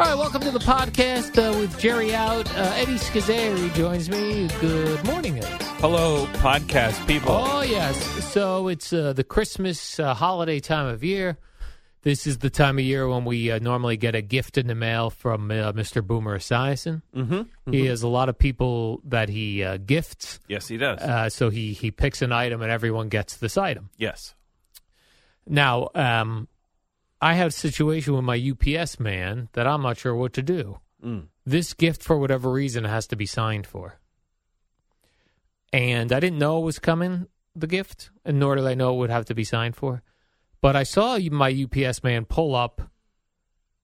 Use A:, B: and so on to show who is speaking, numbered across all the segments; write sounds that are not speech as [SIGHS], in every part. A: All right, welcome to the podcast uh, with Jerry out. Uh, Eddie Scazzeri joins me. Good morning, Eddie.
B: Hello, podcast people.
A: Oh, yes. So it's uh, the Christmas uh, holiday time of year. This is the time of year when we uh, normally get a gift in the mail from uh, Mr. Boomer Esiason. Mm-hmm, He has a lot of people that he uh, gifts.
B: Yes, he does.
A: Uh, so he, he picks an item and everyone gets this item.
B: yes.
A: Now, um, I have a situation with my UPS man that I'm not sure what to do. This gift, for whatever reason, has to be signed for. And I didn't know it was coming, the gift, and nor did I know it would have to be signed for. But I saw my UPS man pull up,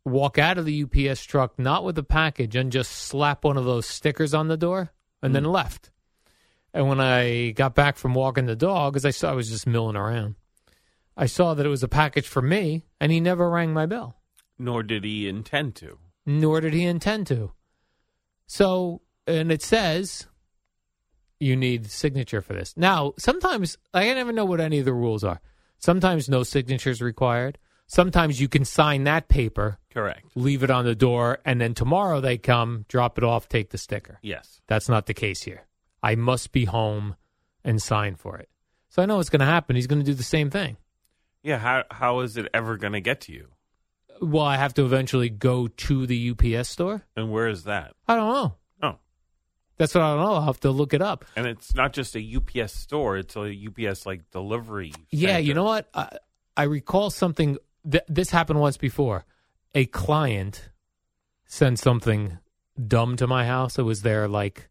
A: walk out of the UPS truck, not with the package, and just slap one of those stickers on the door and then left. And when I got back from walking the dog, because I saw I was just milling around, I saw that it was a package for me, and he never rang my bell,
B: Nor did he intend to.
A: nor did he intend to. So, and it says you need signature for this. Now, sometimes I never know what any of the rules are. Sometimes no signature is required. Sometimes you can sign that paper,
B: Correct.
A: leave it on the door, and then tomorrow they come, drop it off, take the sticker.
B: Yes.
A: That's not the case here. I must be home and sign for it. So I know what's going to happen. He's going to do the same thing.
B: Yeah. How how is it ever going to get to you?
A: Well, I have to eventually go to the UPS store.
B: And where is that?
A: I don't know.
B: Oh,
A: That's what I don't know. I'll have to look it up.
B: and it's not just a UPS store; it's a UPS like delivery.
A: Yeah,
B: center.
A: you know what? I, I recall something. Th- this happened once before. A client sent something dumb to my house. It was their like,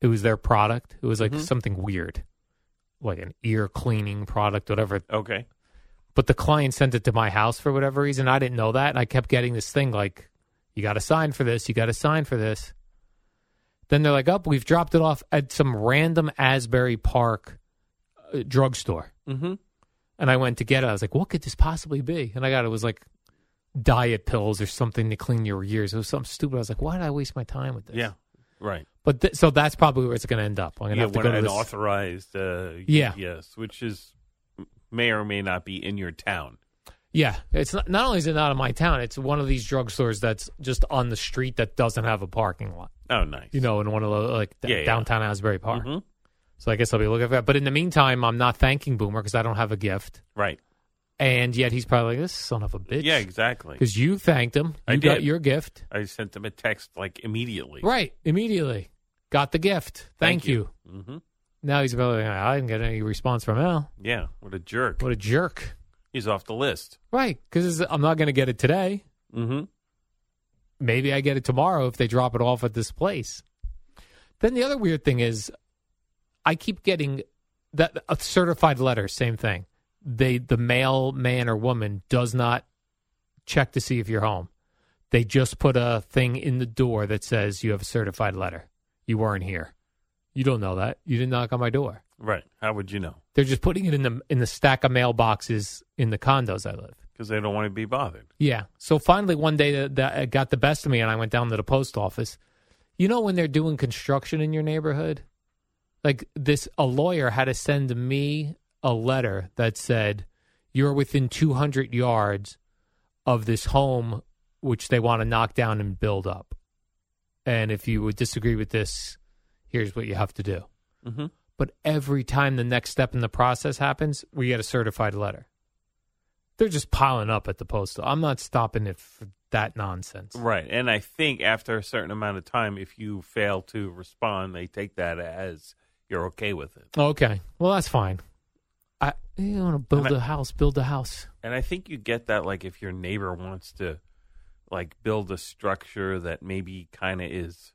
A: it was their product. It was like something weird, like an ear cleaning product, whatever
B: Okay.
A: but the client sent it to my house for whatever reason. I didn't know that. And I kept getting this thing like, you got to sign for this. You got to sign for this. Then they're like, up, we've dropped it off at some random Asbury Park uh, drugstore.
B: Mm-hmm.
A: And I went to get it. I was like, what could this possibly be? And I got it was like diet pills or something to clean your ears. It was something stupid. I was like, why did I waste my time with this?
B: Yeah. Right.
A: But th- so that's probably where it's going to end up. I'm going
B: yeah.
A: have to
B: when
A: go to
B: an
A: this.
B: authorized. Uh,
A: Yeah.
B: Yes, which is may or may not be in your town.
A: Yeah, it's not, not only is it not in my town, it's one of these drugstores that's just on the street that doesn't have a parking lot.
B: Oh, nice.
A: You know, in one of the like d-
B: Yeah, yeah.
A: downtown Asbury Park.
B: Mhm.
A: So I guess I'll be looking for that. But in the meantime, I'm not thanking Boomer because I don't have a gift,
B: Right.
A: and yet he's probably like, "This son of a bitch."
B: Yeah. Exactly.
A: because you thanked him.
B: I
A: You got
B: did.
A: your gift
B: I sent them a text like immediately.
A: right immediately. Got the gift. Thank, you.
B: Mm-hmm.
A: Now he's probably like, I didn't get any response from Al.
B: Yeah. What a jerk.
A: What a jerk!
B: He's off the list.
A: Right, because I'm not going to get it today.
B: Mm-hmm.
A: maybe I get it tomorrow if they drop it off at this place. Then the other weird thing is, I keep getting that a certified letter. Same thing. They the mail man or woman does not check to see if you're home. They just put a thing in the door that says you have a certified letter. You weren't here. You don't know that. You didn't knock on my door.
B: Right. How would you know?
A: They're just putting it in the in the stack of mailboxes in the condos I live.
B: Because they don't want to be bothered.
A: Yeah. So finally, one day that, that it got the best of me, and I went down to the post office. You know when they're doing construction in your neighborhood, like this, a lawyer had to send me a letter that said you're within 200 yards of this home which they want to knock down and build up, and if you would disagree with this, here's what you have to do.
B: Mhm.
A: But every time the next step in the process happens, we get a certified letter they're just piling up at the post. I'm not stopping it for that nonsense.
B: Right. And I think after a certain amount of time, if you fail to respond, they take that as you're okay with it.
A: Okay, well that's fine. I, You want to build
B: And I-
A: a house, build a house.
B: And I think you get that like if your neighbor wants to like build a structure that maybe kind of is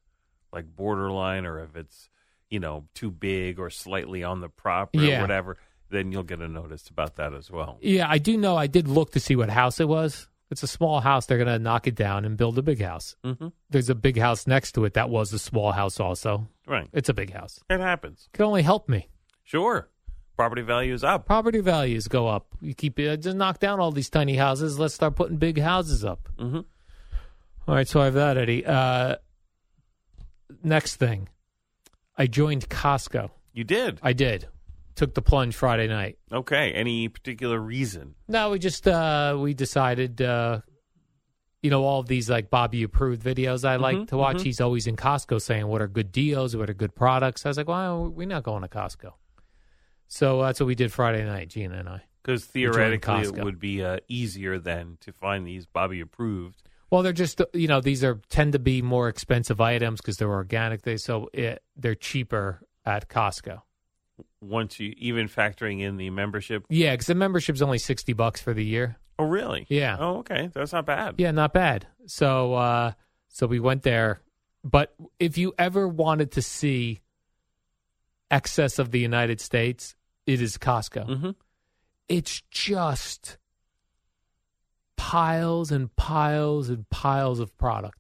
B: like borderline or if it's, you know, too big or slightly on the property
A: Yeah.
B: or whatever, then you'll get a notice about that as well.
A: Yeah, I do know. I did look to see what house it was. It's a small house. They're going to knock it down and build a big house.
B: Mhm.
A: There's a big house next to it that was a small house also.
B: Right.
A: It's a big house.
B: It happens.
A: Could only help me.
B: Sure. Property value is up.
A: Property values go up. You keep uh, just knock down all these tiny houses. Let's start putting big houses up.
B: Mhm.
A: All right, so I have that, Eddie. Uh, next thing, I joined Costco.
B: You did.
A: I did. Took the plunge Friday night.
B: Okay. Any particular reason?
A: No, we just uh, we decided, uh, you know, all of these like Bobby approved videos I like to watch. He's always in Costco saying what are good deals, what are good products. I was like, well, we're not going to Costco. So that's what we did Friday night, Gina and I.
B: Because
A: joined
B: theoretically, it
A: Costco.
B: would be uh, easier than to find these Bobby approved.
A: Well, they're just you know these are tend to be more expensive items because they're organic. They so it, they're cheaper at Costco.
B: Once you even factoring in the membership.
A: Yeah, because the membership's only sixty bucks for the year.
B: Oh, really?
A: Yeah.
B: Oh, okay. That's not bad.
A: Yeah, not bad. So uh so we went there. But if you ever wanted to see excess of the United States, it is Costco.
B: Mhm.
A: It's just piles and piles and piles of product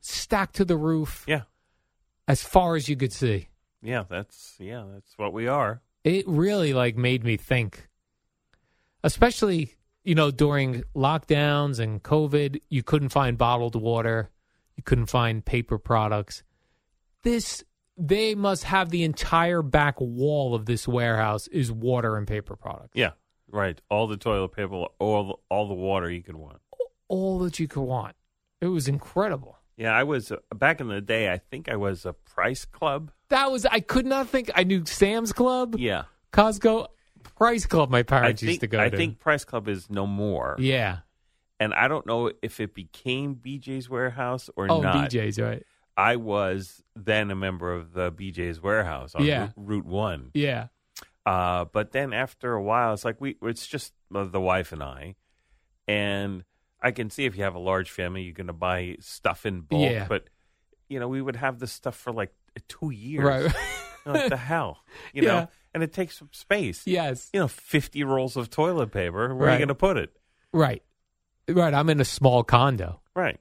A: stacked to the roof
B: Yeah.
A: as far as you could see.
B: Yeah. That's yeah. That's what we are.
A: It really like made me think. Especially, you know, during lockdowns and COVID, you couldn't find bottled water, you couldn't find paper products. This they must have the entire back wall of this warehouse is water and paper products.
B: Yeah. Right. All the toilet paper, all the, all the water you could want.
A: All that you could want. It was incredible.
B: Yeah. I was uh, back in the day. I think I was a Price Club.
A: That was I could not think I knew Sam's Club,
B: Yeah.
A: Costco, Price Club my
B: I
A: parents used
B: think
A: to go
B: I
A: to.
B: think Price Club is no more.
A: yeah.
B: And I don't know if it became BJ's Warehouse or
A: Oh,
B: not.
A: BJ's, right.
B: I was then a member of the BJ's Warehouse on
A: Yeah.
B: Route, Route One.
A: Yeah.
B: Uh, but then after a while, it's like we it's just uh, the wife and I, and I can see if you have a large family, you're going to buy stuff in bulk.
A: Yeah.
B: But you know, we would have this stuff for like two years. [LAUGHS]
A: Right.
B: what the hell, you
A: Yeah.
B: know? And it takes some space.
A: yes.
B: You know, fifty rolls of toilet paper. Where are
A: Right.
B: you going to put it?
A: Right. Right. I'm in a small condo.
B: Right.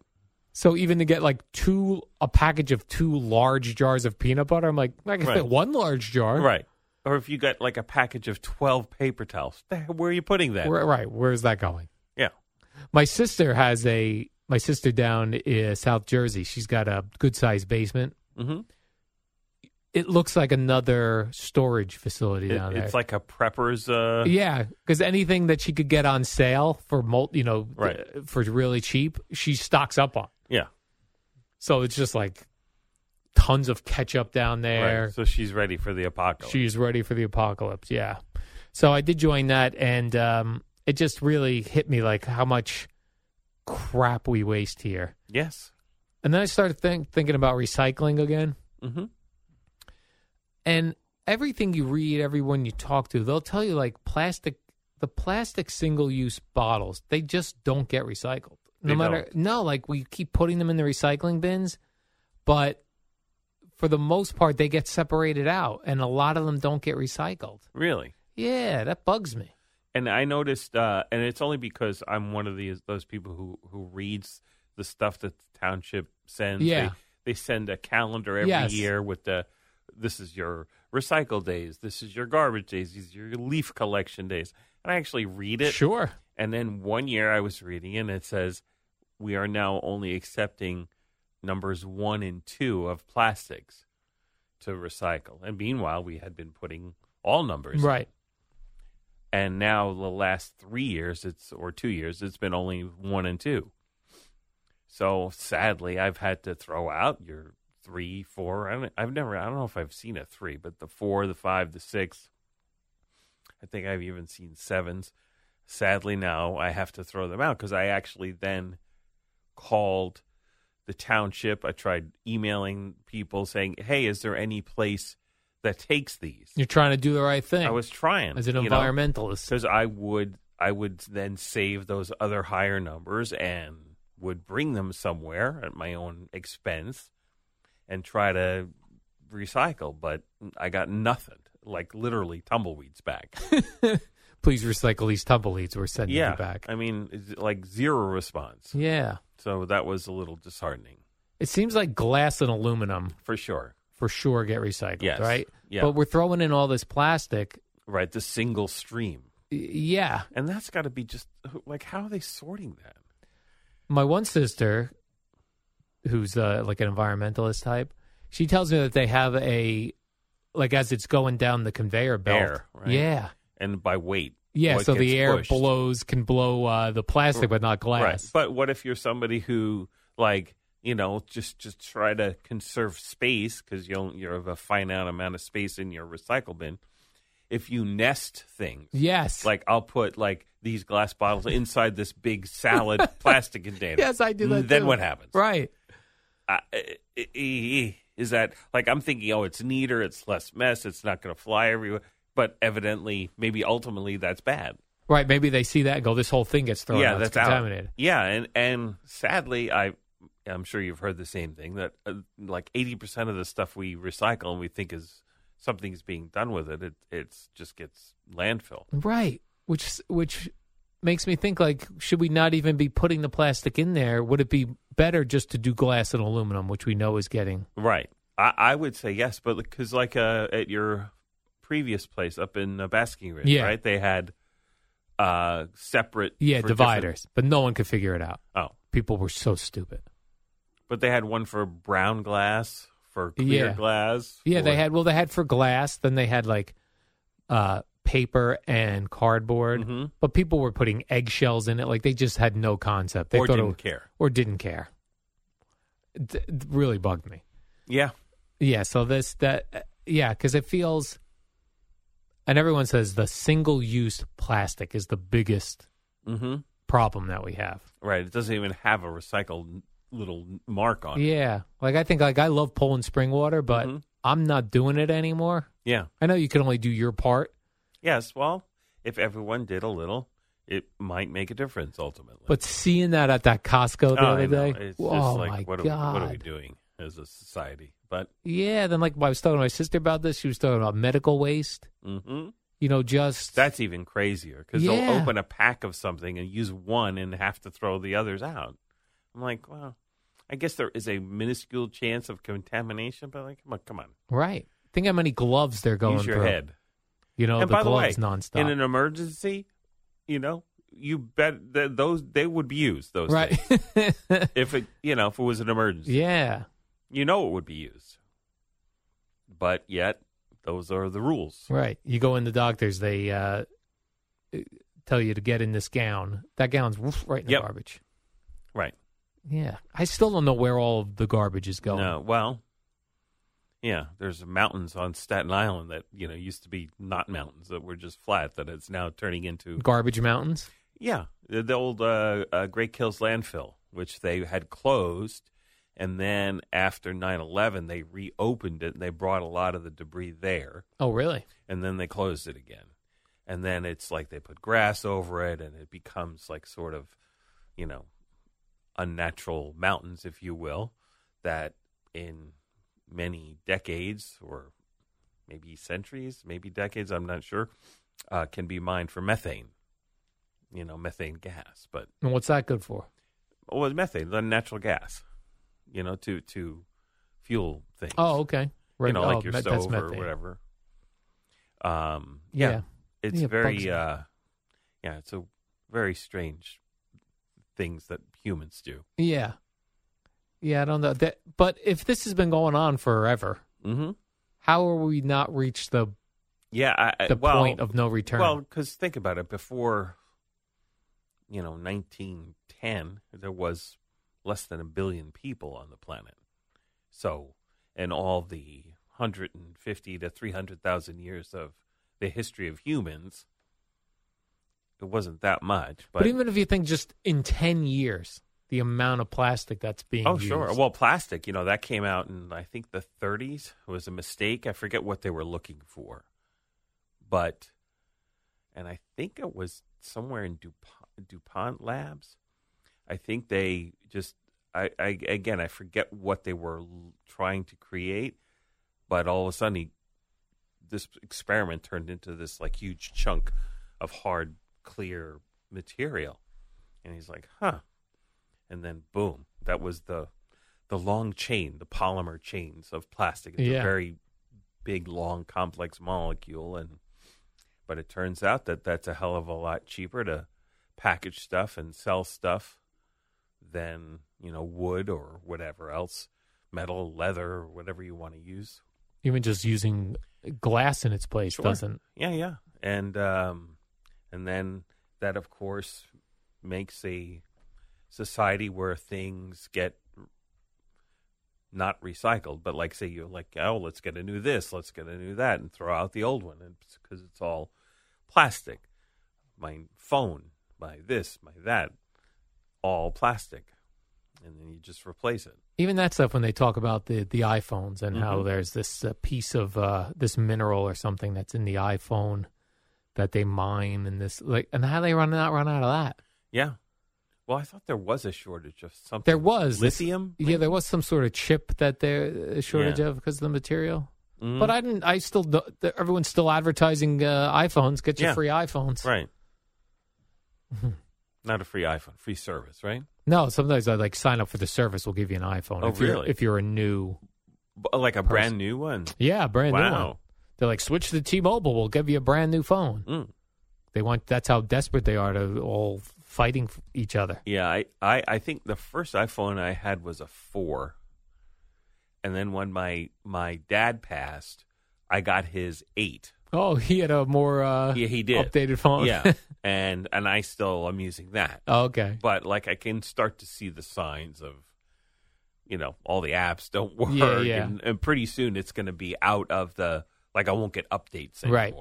A: So even to get like two, a package of two large jars of peanut butter, I'm like, I can
B: Right.
A: fit one large jar.
B: Right. Or if you got like a package of 12 paper towels, the hell- where are you putting that?
A: Where, right. Where's that going?
B: Yeah.
A: My sister has a, my sister down in South Jersey, she's got a good sized basement.
B: Mhm.
A: It looks like another storage facility
B: It-
A: down there.
B: it's like a prepper's. Uh,
A: yeah, because anything that she could get on sale for, mul- you know,
B: Right.
A: th- for really cheap, she stocks up on.
B: yeah.
A: So it's just like tons of ketchup down there.
B: Right. So she's ready for the apocalypse.
A: She's ready for the apocalypse. Yeah. So I did join that, and um, it just really hit me like how much crap we waste here.
B: yes.
A: And then I started think, thinking about recycling again.
B: hmm
A: And everything you read, everyone you talk to, they'll tell you like plastic, the plastic single use bottles, they just don't get recycled. No
B: They
A: matter, no, like we keep putting them in the recycling bins, but for the most part, they get separated out, and a lot of them don't get recycled.
B: Really.
A: Yeah, that bugs me.
B: And I noticed, uh, and it's only because I'm one of these those people who who reads the stuff that the township sends.
A: Yeah.
B: They, they send a calendar every
A: Yes.
B: year with the this is your recycle days, this is your garbage days, these are your leaf collection days. And I actually read it.
A: Sure.
B: And then one year I was reading it and it says, we are now only accepting numbers one and two of plastics to recycle. And meanwhile, we had been putting all numbers. in.
A: Right.
B: And now the last three years, it's or two years, it's been only one and two. So sadly, I've had to throw out your three, four. I don't, I've never, I don't know if I've seen a three, but the four, the five, the six. I think I've even seen sevens. Sadly, now I have to throw them out because I actually then called the township. I tried emailing people saying, "Hey, is there any place that takes these.
A: You're trying to do the right thing
B: I was trying
A: as an
B: you know,
A: environmentalist.
B: because I would I would then save those other higher numbers and would bring them somewhere at my own expense and try to recycle, but I got nothing. Like literally
A: [LAUGHS]
B: tumbleweeds back.
A: Please recycle these tumbleweeds. We're sending
B: yeah,
A: you back.
B: I mean, it's like zero response.
A: yeah.
B: So that was a little disheartening
A: It seems like glass and aluminum
B: for sure.
A: for sure get recycled,
B: Yes.
A: right?
B: Yeah.
A: But we're throwing in all this plastic.
B: Right, the single stream,
A: Y- Yeah.
B: and that's got to be just like how are they sorting that?
A: My one sister, who's uh, like an environmentalist type, she tells me that they have a, like as it's going down the conveyor belt.
B: Air, right?
A: Yeah.
B: And by weight,
A: Yeah.
B: what
A: so
B: gets
A: the air
B: pushed.
A: blows, can blow uh, the plastic, but not glass.
B: But what if you're somebody who like you know just just try to conserve space because you you have a finite amount of space in your recycle bin. If you nest things,
A: Yes.
B: like I'll put like these glass bottles inside this big
A: [LAUGHS]
B: salad plastic container.
A: yes, I do that.
B: Then
A: too.
B: what happens?
A: Right.
B: I- eh, I- I- I- eh, Is that like I'm thinking? Oh, it's neater, it's less mess, it's not going to fly everywhere. But evidently, maybe ultimately, that's bad.
A: Right. Maybe they see that and go, this whole thing gets thrown
B: yeah,
A: out.
B: that's
A: It's contaminated.
B: Out. Yeah, and and sadly, I I'm sure you've heard the same thing that uh, like 80 percent of the stuff we recycle and we think is something's being done with it, it it's just gets landfill.
A: Right. Which which makes me think like should we not even be putting the plastic in there? Would it be better just to do glass and aluminum, which we know is getting
B: Right. I, I would say yes, but because like uh, at your previous place up in uh, Basking Ridge,
A: Yeah.
B: right? They had uh separate
A: yeah
B: for different-
A: dividers, but no one could figure it out.
B: Oh,
A: People were so stupid.
B: but they had one for brown glass, for clear
A: Yeah.
B: glass.
A: Yeah, they
B: for-
A: had well they had for glass, then they had like uh paper and cardboard,
B: Mhm.
A: but people were putting eggshells in it. Like they just had no concept. They
B: or
A: thought
B: didn't
A: it, was-
B: care.
A: or didn't care. It, it really bugged me.
B: Yeah.
A: Yeah, so this that uh, yeah, because it feels, and everyone says the single-use plastic is the biggest
B: Mm-hmm.
A: problem that we have.
B: Right. It doesn't even have a recycled little mark on it.
A: Yeah, like I think like I love pulling spring water, but
B: Mhm.
A: I'm not doing it anymore.
B: Yeah.
A: I know you can only do your part,
B: Yes. Well, if everyone did a little, it might make a difference ultimately.
A: but seeing that at that Costco the
B: Oh, I
A: other
B: know.
A: day,
B: it's
A: oh
B: just
A: my
B: like, what are, we,
A: god,
B: what are we doing as a society? But
A: yeah. Then like I was talking to my sister about this, she was talking about medical waste.
B: mhm.
A: You know, just
B: that's even crazier because
A: Yeah.
B: they'll open a pack of something and use one and have to throw the others out. I'm like, well, I guess there is a minuscule chance of contamination, but like, come on, come on,
A: right. Think how many gloves they're going
B: use your
A: through.
B: head.
A: You know,
B: and
A: the
B: by the way,
A: gloves nonstop.
B: in an emergency, you know, you bet that those they would be used those
A: right. [LAUGHS]
B: things. if it you know if it was an emergency,
A: yeah.
B: you know it would be used. But yet, those are the rules.
A: Right. You go in the doctors, they uh, tell you to get in this gown. That gown's woof, right in
B: Yep.
A: the garbage.
B: Right.
A: Yeah. I still don't know where all of the garbage is going.
B: No, well, yeah, there's mountains on Staten Island that you know used to be not mountains that were just flat that it's now turning into
A: Garbage mountains?
B: Yeah, the, the old uh, uh, Great Kills landfill, which they had closed, and then after 9-11, they reopened it and they brought a lot of the debris there,
A: Oh, really?
B: and then they closed it again, and then it's like they put grass over it, and it becomes like sort of, you know, unnatural mountains, if you will, that in many decades or maybe centuries, maybe decades, I'm not sure, uh, can be mined for methane. You know, methane gas, but
A: And what's that good for?
B: well, methane, the natural gas. You know, to to fuel things.
A: Oh, okay.
B: you know,
A: oh,
B: like your
A: me- that's
B: stove or
A: methane.
B: whatever. Um, yeah,
A: Yeah.
B: it's
A: Yeah, it bugs
B: very
A: me.
B: uh, yeah, it's a very strange things that humans do.
A: Yeah. Yeah, I don't know. That, but if this has been going on forever,
B: Mm-hmm.
A: how are we not reached the,
B: Yeah, I, I-
A: the
B: well,
A: point of no return?
B: Well, because think about it. Before, you know, 1910, there was less than a billion people on the planet. So, and all the 150 to 300,000 years of the history of humans, it wasn't that much. But,
A: but even if you think just in 10 years, the amount of plastic that's being
B: Oh,
A: used.
B: sure. Well, plastic, you know, that came out in, I think, the 30s. It was a mistake. I forget what they were looking for. But, and I think it was somewhere in DuPont, DuPont Labs. I think they just, I, I again, I forget what they were l- trying to create, but all of a sudden, he, this experiment turned into this like huge chunk of hard, clear material. And he's like, huh and then boom, that was the the long chain, the polymer chains of plastic. It's
A: Yeah.
B: a very big, long, complex molecule, and but it turns out that that's a hell of a lot cheaper to package stuff and sell stuff than you know wood or whatever else, metal, leather, or whatever you want to use.
A: even just using glass in its place
B: Sure.
A: doesn't.
B: Yeah, yeah, and um, and then that of course makes a society where things get not recycled, but like say you like oh let's get a new this, let's get a new that, and throw out the old one, and because it's all plastic. My phone, my this, my that, all plastic, and then you just replace it.
A: Even that stuff when they talk about the the iPhones and how
B: Mhm.
A: there's this uh, piece of uh, this mineral or something that's in the iPhone that they mine and this like and how they run not run out of that.
B: Yeah. Well, I thought there was a shortage of something.
A: There was this-
B: lithium.
A: yeah, there was some sort of chip that there uh, shortage
B: Yeah.
A: of because of the material.
B: Mhm.
A: But I didn't. I still. do- th- Everyone's still advertising uh, iPhones. Get your
B: Yeah.
A: free iPhones.
B: Right.
A: [LAUGHS]
B: Not a free iPhone, free service, right?
A: No, sometimes I like sign up for the service. We'll give you an iPhone.
B: Oh,
A: if you're,
B: really?
A: If you're a new,
B: B- uh, like a brand new one.
A: yeah, brand new one.
B: wow.
A: They're like, switch to T-Mobile. We'll give you a brand new phone.
B: Mm.
A: They want. That's how desperate they are to all fighting f- each other.
B: Yeah, I, I, I think the first iPhone I had was a four. And then when my my dad passed, I got his eight.
A: Oh, [LAUGHS] he had a more uh,
B: Yeah, he did.
A: updated phone.
B: Yeah. and and I still am using that.
A: [LAUGHS] okay.
B: But like I can start to see the signs of you know, all the apps don't [LAUGHS] work
A: yeah.
B: And, and pretty soon it's gonna be out of the like I won't get updates anymore.
A: Right.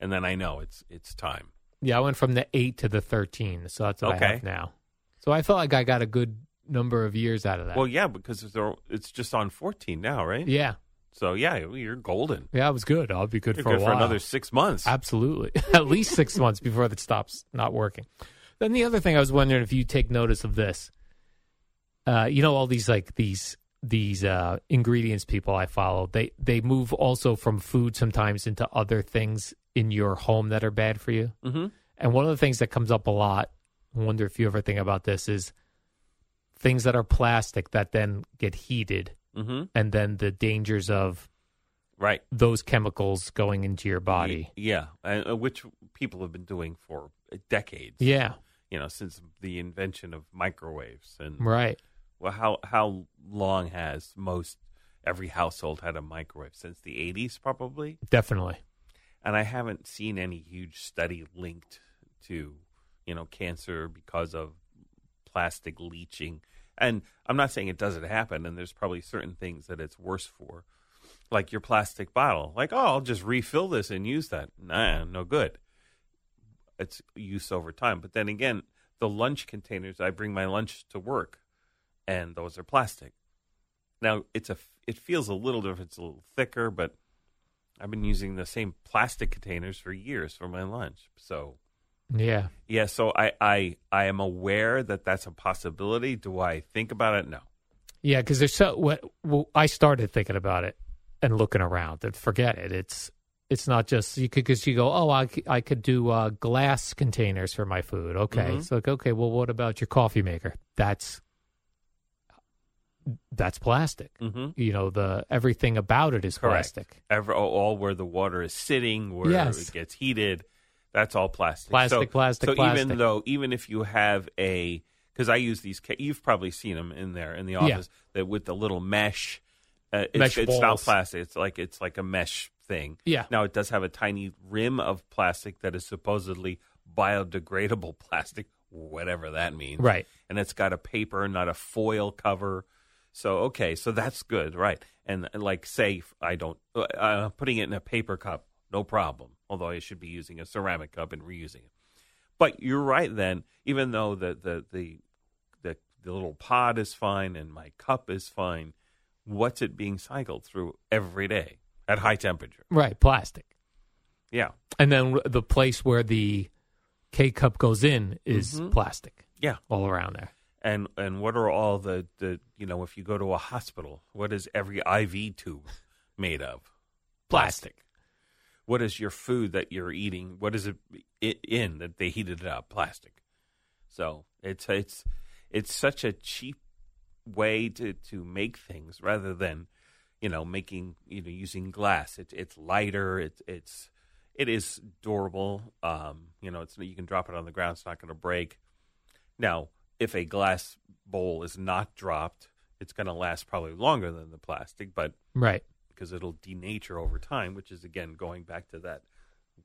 B: And then I know it's it's time.
A: Yeah, I went from the eight to the thirteen, so that's what I
B: Okay.
A: have now. So I felt like I got a good number of years out of that.
B: Well, yeah, because they're, it's just on 14 now, right?
A: yeah,
B: So yeah, you're golden.
A: yeah, it was good. I'll be good
B: You're
A: for
B: good
A: a
B: for
A: while.
B: another six months.
A: Absolutely. [LAUGHS] At least six months before it stops not working. Then the other thing I was wondering if you take notice of this. Uh, you know all these like these these uh, ingredients people I follow. They they move also from food sometimes into other things in your home that are bad for you.
B: mm-hmm.
A: And one of the things that comes up a lot, I wonder if you ever think about this, is things that are plastic that then get heated
B: Mm-hmm.
A: and then the dangers of
B: Right.
A: those chemicals going into your body.
B: Y- Yeah, and, uh, which people have been doing for decades.
A: Yeah.
B: You know, since the invention of microwaves and
A: Right.
B: well, how how long has most every household had a microwave since the 80s probably?
A: Definitely.
B: and I haven't seen any huge study linked to you know cancer because of plastic leaching. And I'm not saying it doesn't happen, and there's probably certain things that it's worse for, like your plastic bottle. Like, oh, I'll just refill this and use that. Nah, no good. It's use over time. But then again, the lunch containers I bring my lunch to work, and those are plastic. Now it's a it feels a little different. It's a little thicker, but I've been using the same plastic containers for years for my lunch. So
A: Yeah.
B: yeah, so I I I am aware that that's a possibility. Do I think about it? No.
A: Yeah, because there's so what well, I started thinking about it and looking around and forget it. It's it's not just you could because you go oh I, c- I could do uh, glass containers for my food. Okay,
B: Mhm.
A: so like okay, well what about your coffee maker? That's that's plastic.
B: Mm-hmm.
A: You know the everything about it is
B: Correct.
A: plastic.
B: Ever all- all where the water is sitting, where
A: Yes.
B: it gets heated, that's all plastic.
A: Plastic,
B: so,
A: plastic,
B: So
A: plastic.
B: even though even if you have a because I use these, ca- you've probably seen them in there in the office that with the little mesh. Uh, it's,
A: Mesh
B: it's not
A: balls.
B: plastic. It's like it's like a mesh thing.
A: Yeah.
B: Now it does have a tiny rim of plastic that is supposedly biodegradable [LAUGHS] plastic, whatever that means.
A: Right.
B: And it's got a paper, not a foil cover. So okay, so that's good, right? And like, say if I don't uh, uh, putting it in a paper cup, no problem. Although I should be using a ceramic cup and reusing it. But you're right. Then, even though the the the the the little pod is fine and my cup is fine. What's it being cycled through every day at high temperature?
A: Right, plastic.
B: Yeah.
A: And then the place where the K cup goes in is
B: Mm-hmm.
A: plastic
B: Yeah.
A: all around there.
B: And and what are all the, the you know, if you go to a hospital, what is every IV tube made of?
A: Plastic.
B: What is your food that you're eating? What is it i- in that they heated it up? Plastic. So it's it's it's such a cheap way to to make things rather than you know making you know using glass. It's it's lighter. It's it's it is durable. Um, you know, it's you can drop it on the ground. It's not going to break. Now, if a glass bowl is not dropped, it's going to last probably longer than the plastic, but
A: Right.
B: because it'll denature over time, which is again going back to that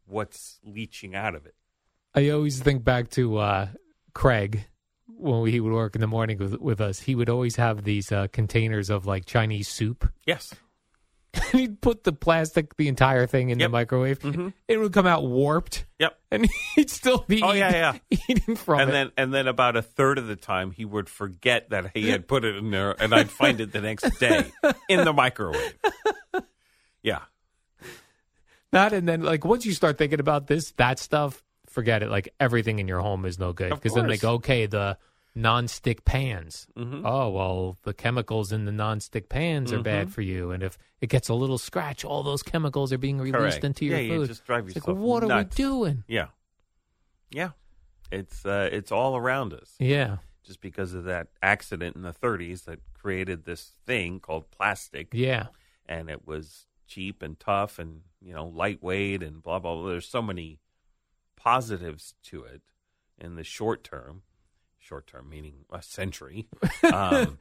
B: what's leaching out of it.
A: I always think back to uh, Craig when we, he would work in the morning with, with us. He would always have these uh, containers of like Chinese soup. [LAUGHS]
B: Yes.
A: He'd put the plastic, the entire thing in
B: Yep. Mm-hmm.
A: the microwave. It would come out warped,
B: Yep.
A: and [LAUGHS] he'd still be
B: Oh, yeah,
A: eating, eating from
B: And
A: it.
B: then and then about a third of the time he would forget that he had put it in there and I'd find it the next day in the microwave. [LAUGHS] Yeah.
A: Not and then like once you start thinking about this that stuff, forget it. Like everything in your home is no good
B: Of
A: because then they
B: course. Mm-hmm.
A: go, okay, the nonstick pans. Oh well, the chemicals in the nonstick pans are
B: Mm-hmm.
A: bad for you, and if it gets a little scratch, all those chemicals are being released
B: Correct.
A: into your
B: Yeah, you
A: food.
B: just drive
A: It's
B: yourself
A: like, what are
B: nuts."
A: we doing?
B: Yeah. Yeah. It's uh it's all around us.
A: Yeah,
B: Just because of that accident in the thirties that created this thing called plastic.
A: yeah,
B: and it was cheap and tough and you know lightweight and blah blah blah. There's so many positives to it in the short term, short term meaning a century. Um,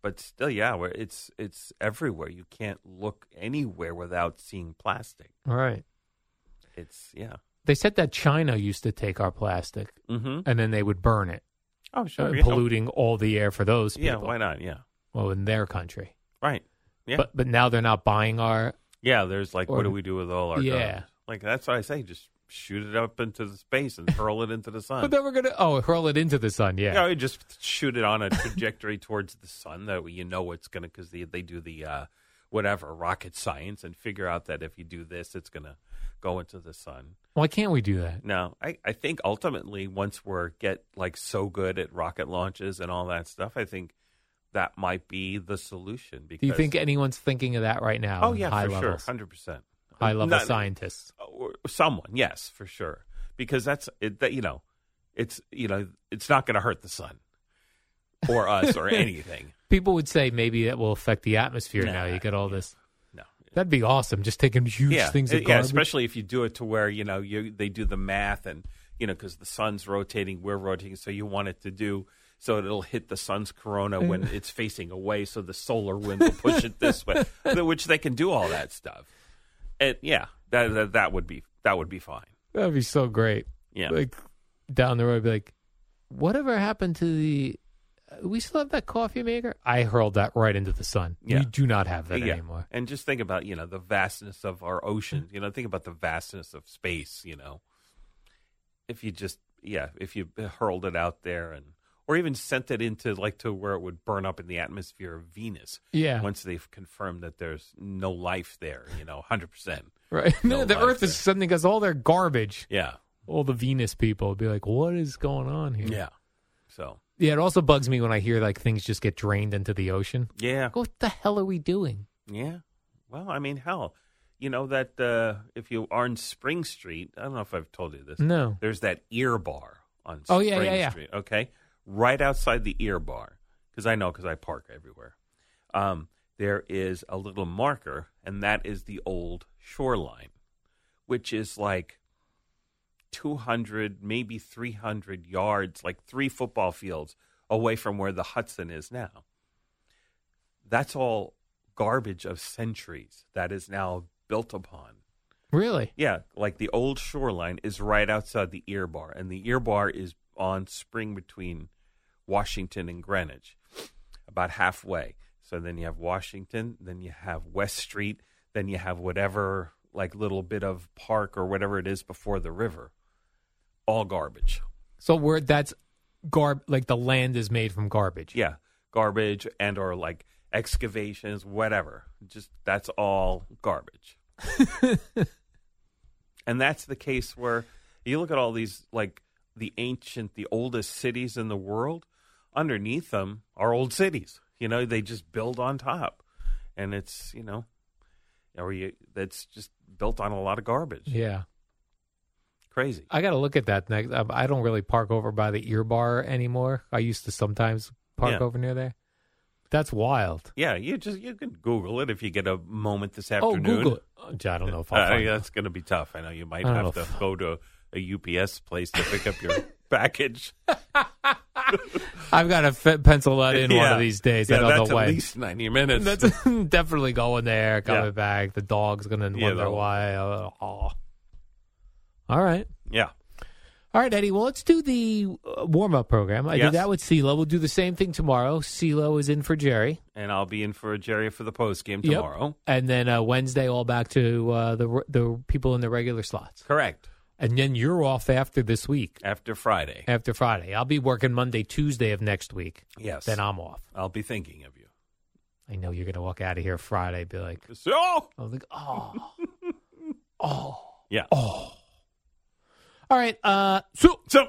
B: but still, yeah, we're- it's it's everywhere. You can't look anywhere without seeing plastic.
A: all right.
B: It's yeah.
A: They said that China used to take our plastic
B: Mm-hmm.
A: and then they would burn it,
B: Oh
A: uh,
B: sure, yeah.
A: polluting all the air for those people.
B: Yeah, why not? Yeah,
A: Well, in their country,
B: right. Yeah,
A: but but now they're not buying our
B: yeah. There's like,
A: Or-
B: what do we do with all our?
A: Yeah.
B: guns? like that's what I say. Just shoot it up into the space and hurl it into the sun.
A: But then we're gonna oh hurl it into the sun. Yeah,
B: Yeah, we just shoot it on a trajectory towards the sun. That way you know it's going to, because they, they do the uh, whatever rocket science and figure out that if you do this, it's going to go into the sun.
A: Why can't we do that?
B: Now, I, I think ultimately, once we're get like so good at rocket launches and all that stuff, I think that might be the solution. Because
A: Do you think anyone's thinking of that right now?
B: Oh
A: in
B: yeah,
A: high
B: for
A: levels,
B: sure, hundred percent.
A: high level
B: Not-
A: scientists.
B: or someone, yes, for sure, because that's it. That you know, it's you know, it's not going to hurt the sun or
A: [LAUGHS]
B: us or anything.
A: People would say maybe it will affect the atmosphere.
B: Nah,
A: now you get all this.
B: No,
A: That'd be awesome. Just taking huge
B: yeah,
A: things
B: uh,
A: of
B: yeah,
A: garbage.
B: especially if you do it to where you know you they do the math and you know because the sun's rotating, we're rotating, so you want it to do so it'll hit the sun's corona
A: [LAUGHS]
B: when it's facing away, so the solar wind will push it
A: [LAUGHS]
B: this way, th- which they can do all that stuff. And yeah, that that, that would be that would be fine.
A: That'd be so great.
B: Yeah,
A: Like down the road, be like, whatever happened to the? uh, We still have that coffee maker. I hurled that right into the sun.
B: Yeah.
A: We do not have that
B: yeah.
A: anymore.
B: And just think about you know the vastness of our oceans. You know, think about the vastness of space. You know, if you just yeah, if you hurled it out there and or even sent it into like to where it would burn up in the atmosphere of Venus.
A: Yeah,
B: Once they've confirmed that there's no life there, you know, hundred percent.
A: right. [LAUGHS]
B: no
A: the
B: life
A: Earth is
B: there.
A: sending us all their garbage.
B: Yeah,
A: All the Venus people would be like, "What is going on here?"
B: yeah. So
A: Yeah, it also bugs me when I hear like things just get drained into the ocean.
B: yeah,
A: Like, What the hell are we doing?
B: yeah. Well, I mean, hell, you know that uh, if you are in Spring Street, I don't know if I've told you this.
A: No.
B: there's that ear bar on
A: Oh,
B: Spring
A: yeah, yeah, yeah.
B: Street. Okay, right outside the ear bar, because I know because I park everywhere. Um, there is a little marker, and that is the old shoreline, which is like two hundred, maybe three hundred yards, like three football fields away from where the Hudson is now. That's all garbage of centuries that is now built upon.
A: Really?
B: Yeah, like the old shoreline is right outside the ear bar, and the ear bar is on Spring between Washington and Greenwich, about halfway. So then you have Washington, then you have West Street, then you have whatever like little bit of park or whatever it is before the river. All garbage.
A: So we're that's garb like the land is made from garbage.
B: yeah, garbage and or like excavations, whatever. Just that's all
A: [LAUGHS]
B: garbage. and that's the case where you look at all these like the ancient, the oldest cities in the world. Underneath them are old cities. You know, they just build on top, and it's you know, or you that's just built on a lot of garbage.
A: Yeah.
B: Crazy.
A: I got to look at that next. I I don't really park over by the ear bar anymore. I used to sometimes park
B: Yeah.
A: over near there. That's wild.
B: Yeah, you just you can Google it if you get a moment this
A: Oh,
B: afternoon.
A: Google it. Oh, gee, I don't know if I'll
B: Uh,
A: find
B: yeah,
A: it.
B: that's going to be tough. I know you might
A: I don't
B: have
A: know
B: to
A: if-
B: go to a UPS place to
A: [LAUGHS]
B: pick up your package.
A: I've got to fit, pencil that in one
B: Yeah.
A: of these days.
B: Yeah,
A: I don't
B: that's
A: know
B: at
A: when.
B: least ninety
A: [LAUGHS]
B: minutes.
A: That's [LAUGHS] definitely going there, coming
B: Yeah.
A: back. The dog's going to
B: Yeah,
A: wonder
B: the-
A: why. Oh. All right.
B: yeah,
A: All right, Eddie. Well, let's do the warm up program. I
B: Yes.
A: did that with CeeLo. We'll do the same thing tomorrow. CeeLo is in for Jerry.
B: and I'll be in for Jerry for the post game
A: Yep.
B: tomorrow.
A: And then uh, Wednesday, all back to uh, the, r- the people in the regular slots.
B: Correct.
A: And then you're off after this week,
B: After Friday.
A: after Friday. I'll be working Monday, Tuesday of next week.
B: Yes.
A: Then I'm off.
B: I'll be thinking of you.
A: I know you're going to walk out of here Friday, be like,
B: So
A: I was like, oh.
B: yeah.
A: all right. Uh, so
B: So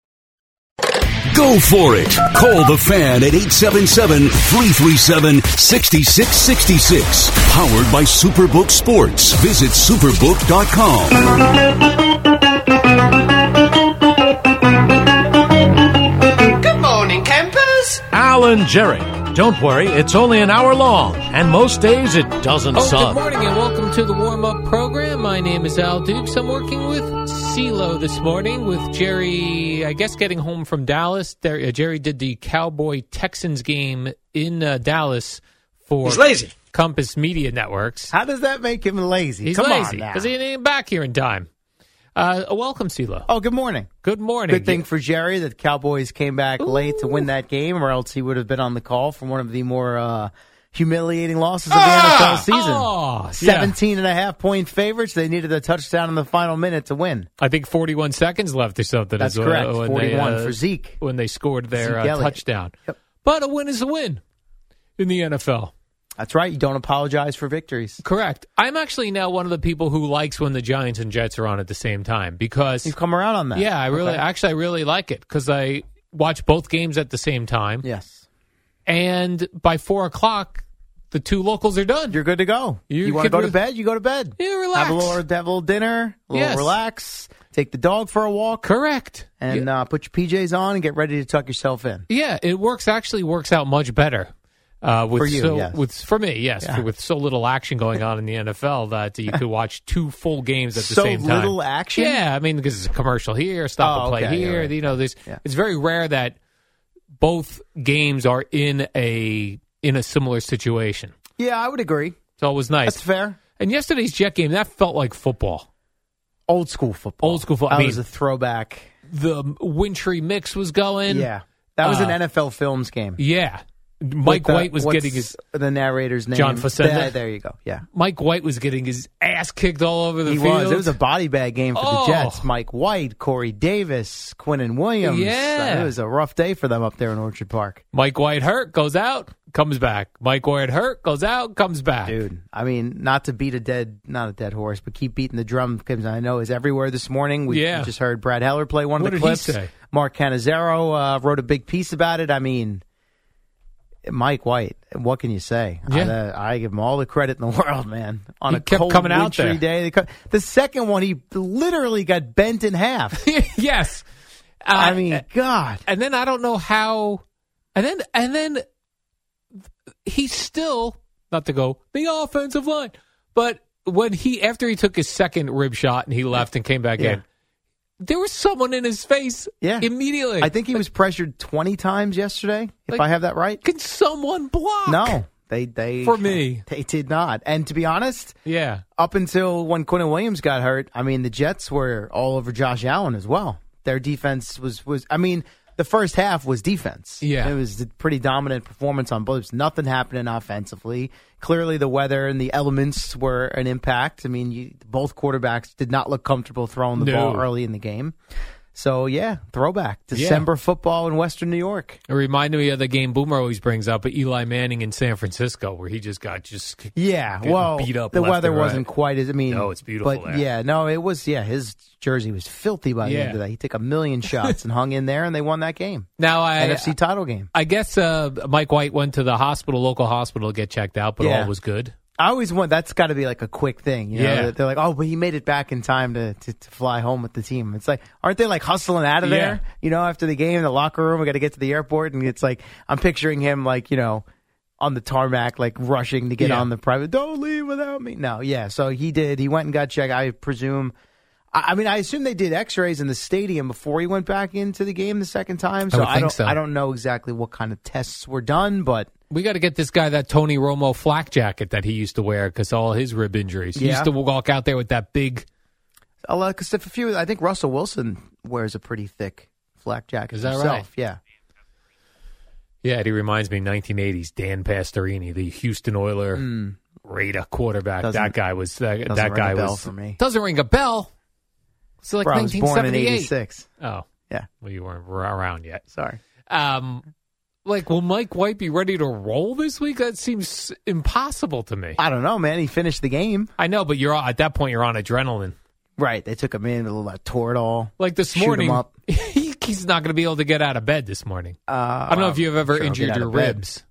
C: Go for it. Call the fan at 877 337 6666. Powered by Superbook Sports. Visit superbook.com.
D: Good morning, campers.
E: Alan Jerry. Don't worry, it's only an hour long, and most days it doesn't
A: Oh,
E: suck.
A: good morning and welcome to the warm up program. My name is Al Dukes. I'm working with CeeLo this morning with Jerry, I guess, getting home from Dallas. There, uh, Jerry did the Cowboy Texans game in uh, Dallas for
D: He's lazy.
A: Compass Media Networks.
F: How does that make him lazy?
A: He's
F: Ah, Come
A: lazy
F: on now.
A: because he didn't even back here in time. Uh, welcome, CeeLo.
F: oh, good morning.
A: Good morning.
F: Good thing for Jerry that the Cowboys came back late to win that game, or else he would have been on the call for one of the more uh, humiliating losses of
A: Ah!
F: the NFL season.
A: Oh, yeah.
F: 17 and a half point favorites. They needed a touchdown in the final minute to win.
A: I think 41 seconds left or something.
F: That's
A: is what-
F: correct.
A: when
F: 41
A: they, uh,
F: for Zeke.
A: When they scored their
F: Zeke
A: uh,
F: Elliott.
A: touchdown.
F: Yep.
A: But a win is a win in the NFL.
F: That's right. You don't apologize for victories.
A: Correct. I'm actually now one of the people who likes when the Giants and Jets are on at the same time because
F: You've come around on that.
A: yeah, I really
F: Okay.
A: actually I really like it because I watch both games at the same time
F: Yes.
A: and by four o'clock the two locals are done.
F: You're good to go.
A: You
F: You, want to
A: could
F: go to
A: re-
F: bed? You go to bed.
A: Yeah, relax.
F: Have a little, have a little dinner, a little
A: Yes.
F: relax, take the dog for a walk,
A: Correct.
F: and uh, put your PJs on and get ready to tuck yourself in.
A: Yeah, it works. Actually, works out much better uh, with
F: For you,
A: so
F: yes.
A: with for me. Yes,
F: Yeah.
A: with so little action going on in the NFL that you could watch two full games at the
F: So
A: same time.
F: little action?
A: Yeah, I mean because it's a commercial here, stop
F: Oh,
A: and play
F: okay,
A: here.
F: you're right.
A: You know, there's
F: Yeah.
A: it's very rare that both games are in a in a similar situation.
F: Yeah, I would agree.
A: So it was nice.
F: That's fair.
A: and yesterday's Jet game that felt like football.
F: Old school football.
A: Old school fo-
F: That
A: I mean-
F: was a throwback.
A: The wintry mix was going.
F: yeah, that was
A: uh,
F: an NFL Films game.
A: yeah. Mike
F: With the-
A: White was
F: what's
A: getting his
F: the narrator's name.
A: John Facenda?
F: Yeah, there you go. Yeah,
A: Mike White was getting his ass kicked all over the
F: he
A: field.
F: was. It was a body bag game for
A: Oh.
F: the Jets. Mike White, Corey Davis, Quinnen Williams.
A: Yeah.
F: Uh, it was a rough day for them up there in Orchard Park,
A: Mike White hurt, goes out, comes back. Mike White hurt, goes out, comes back.
F: dude. I mean, not to beat a dead, not a dead horse, but keep beating the drum because I know is everywhere this morning. We
A: Yeah.
F: we just heard Brad Heller play one
A: What
F: of the
A: did he
F: clips.
A: say? [LAUGHS]
F: Mark Canizero uh, wrote a big piece about it. I mean. Mike White, what can you say?
A: Yeah.
F: I, uh, I give him all the credit in the [LAUGHS] world, man. On
A: He
F: a
A: kept
F: cold,
A: coming out
F: wintry
A: there.
F: day, the, co- the second one he literally got bent in half.
A: yes.
F: I
A: Uh,
F: mean, God,
A: and then I don't know how. And then and then he still not to go the offensive line, but when he after he took his second rib shot and he left and came back
F: Yeah.
A: in, there was someone in his face.
F: Yeah.
A: immediately.
F: I think he was pressured twenty times yesterday. If
A: Like-
F: I have that right,
A: can someone block?
F: no, they they
A: For me.
F: they did not. And to be honest,
A: Yeah.
F: up until when Quinn Williams got hurt, I mean the Jets were all over Josh Allen as well. Their defense was was I mean the first half was defense.
A: Yeah.
F: it was a pretty dominant performance on both. Nothing happening offensively. Clearly, the weather and the elements were an impact. I mean, you, both quarterbacks did not look comfortable throwing the
A: No.
F: ball early in the game. So yeah, throwback December football in Western New York.
A: It reminded me of the game Boomer always brings up, Eli Manning in San Francisco, where he just got just kicked.
F: Yeah,
A: Getting
F: well,
A: beat up
F: the
A: left
F: weather
A: and right.
F: wasn't quite as I mean.
A: No, it's beautiful
F: But
A: there.
F: yeah, no, it was. Yeah, his jersey was filthy by the
A: Yeah.
F: end of that. He took a million shots and hung in there, and they won that game,
A: Now I
F: NFC title game.
A: I guess uh, Mike White went to the hospital, local hospital, to get checked out, but
F: Yeah.
A: all was good.
F: I always want that's got to be like a quick thing. You know?
A: Yeah.
F: They're- they're like, oh, but he made it back in time to, to to fly home with the team. It's like, aren't they like hustling out of there?
A: Yeah.
F: You know, after the game, in the locker room, we got to get to the airport, and it's like I'm picturing him like you know. On the tarmac, like rushing to get
A: Yeah.
F: on the private. Don't leave without me. No, yeah. So he did. He went and got checked. I presume I I mean, I assume they did X-rays in the stadium before he went back into the game the second time. So
A: would
F: I,
A: think
F: don't,
A: so.
F: I don't know exactly what kind of tests were done, but
A: We got to get this guy that Tony Romo flak jacket that he used to wear because all his rib injuries. He
F: Yeah.
A: used to walk out there with that big.
F: a lot. Because if a few, I think Russell Wilson wears a pretty thick flak jacket.
A: Is that
F: himself.
A: right?
F: Yeah,
A: Yeah, it reminds me 1980s Dan Pastorini, the Houston Oiler Raider quarterback.
F: Hmm. Doesn't-
A: that guy was that,
F: doesn't
A: that
F: ring
A: guy
F: a bell
A: was
F: for me.
A: doesn't ring a bell. So like
F: Bro, I was born in
A: 1978.
F: '86.
A: Oh,
F: Yeah.
A: Well, you weren't ra- around yet.
F: Sorry.
A: Um, like, will Mike White be ready to roll this week? That seems impossible to me.
F: I don't know, man. He finished the game.
A: I know, but you're at that point. You're on adrenaline.
F: Right. They took him in, uh, tore it all.
A: Like this
F: Shoot him
A: morning,
F: up.
A: [LAUGHS] he- he's not going to be able to get out of bed this morning.
F: Uh,
A: I don't know if you've ever
F: sure I'll get
A: injured
F: out
A: your
F: of bed.
A: ribs.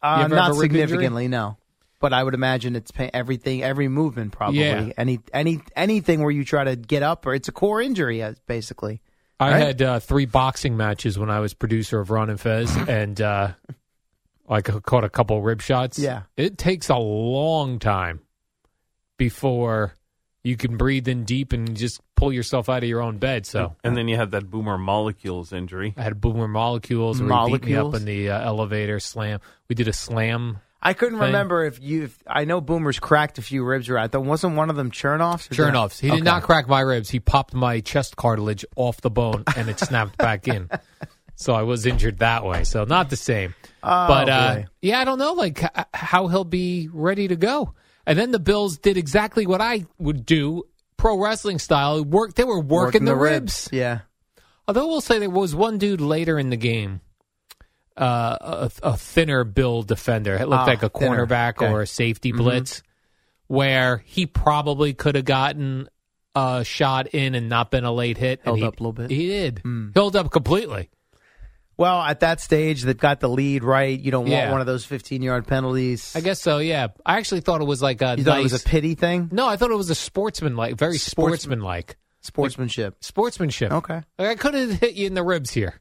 F: Uh,
A: You ever
F: not
A: have a rib injury?
F: significantly, no. But I would imagine it's pain, everything, every movement probably.
A: Yeah.
F: Any, any, anything where you try to get up, or it's a core injury, uh, basically.
A: I
F: Right.
A: had uh, three boxing matches when I was producer of Ron
F: [LAUGHS]
A: and Fez, and uh, I ca- caught a couple rib shots.
F: Yeah.
A: it takes a long time before you can breathe in deep and just pull yourself out of your own bed.
F: Mm.
A: So
B: And then you have that Boomer Molecules injury.
A: I had boomer molecules. Where he beat me up
F: Molecules?
A: in the uh, elevator slam. We did a slam.
F: I couldn't
A: Thing.
F: remember if you. If, I know Boomer's cracked a few ribs right. There wasn't one of them Chernoffs. or did I-
A: Chernoffs. He did
F: Okay.
A: not crack my ribs. He popped my chest cartilage off the bone and it snapped back in. So I was injured that way. So not the same.
F: Oh,
A: but uh,
F: boy.
A: yeah, I don't know like h- how he'll be ready to go. And then the Bills did exactly what I would do, pro wrestling style. Work. They were working, the, ribs.
F: Yeah,
A: Although we'll say there was one dude later in the game, uh, a, a thinner Bill defender. It looked
F: Ah,
A: like a
F: thinner.
A: cornerback
F: Okay. Mm-hmm.
A: or a safety blitz, where he probably could have gotten a shot in and not been a late hit. and
F: Held
A: he-
F: up a little bit. Mm.
A: He did. Held up completely.
F: Well, at that stage, they've got the lead right. You don't want
A: Yeah.
F: one of those fifteen-yard penalties.
A: I guess so. Yeah. I actually thought it was like a
F: you thought
A: nice.
F: it was a pity thing.
A: no, I thought it was a sportsman like, very sportsman like
F: Sportsmanship.
A: sportsmanship.
F: Okay.
A: Like, I could have hit you in the ribs here,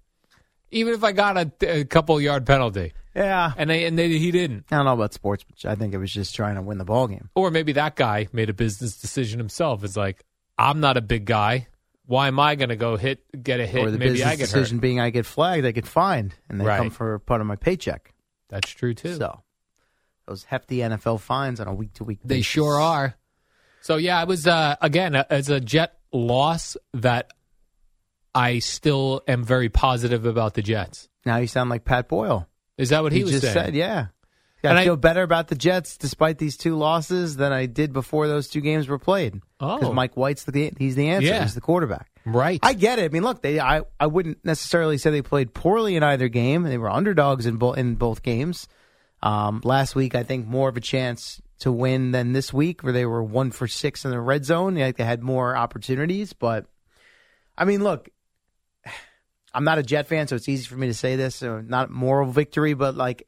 A: even if I got a, a couple yard penalty,
F: Yeah.
A: and they, and they, he didn't.
F: I don't know about sportsmanship. I think it was just trying to win the ball game.
A: Or maybe that guy made a business decision himself. It's like, I'm not a big guy. Why am I going to go hit get a hit?
F: or the
A: maybe
F: business
A: I get
F: decision
A: hurt.
F: being I get flagged, I get fined, and they
A: Right.
F: come for part of my paycheck.
A: That's true too.
F: So those hefty NFL fines on a week-to-week.
A: they
F: basis.
A: sure are. So yeah, it was uh, again uh, it's a Jet loss that I still am very positive about the Jets.
F: Now you sound like Pat Boyle.
A: Is that what he, was
F: just
A: saying?
F: said, yeah.
A: And
F: I
A: I-
F: feel better about the Jets despite these two losses than I did before those two games were played.
A: Oh.
F: Mike White's the he's the answer.
A: Yeah.
F: He's the quarterback.
A: Right.
F: I get it. I mean, look, they I, I wouldn't necessarily say they played poorly in either game. They were underdogs in both in both games. Um, last week, I think more of a chance to win than this week, where they were one for six in the red zone. Like they had more opportunities, but I mean, look, [SIGHS] I'm not a Jet fan, so it's easy for me to say this. So not moral victory, but like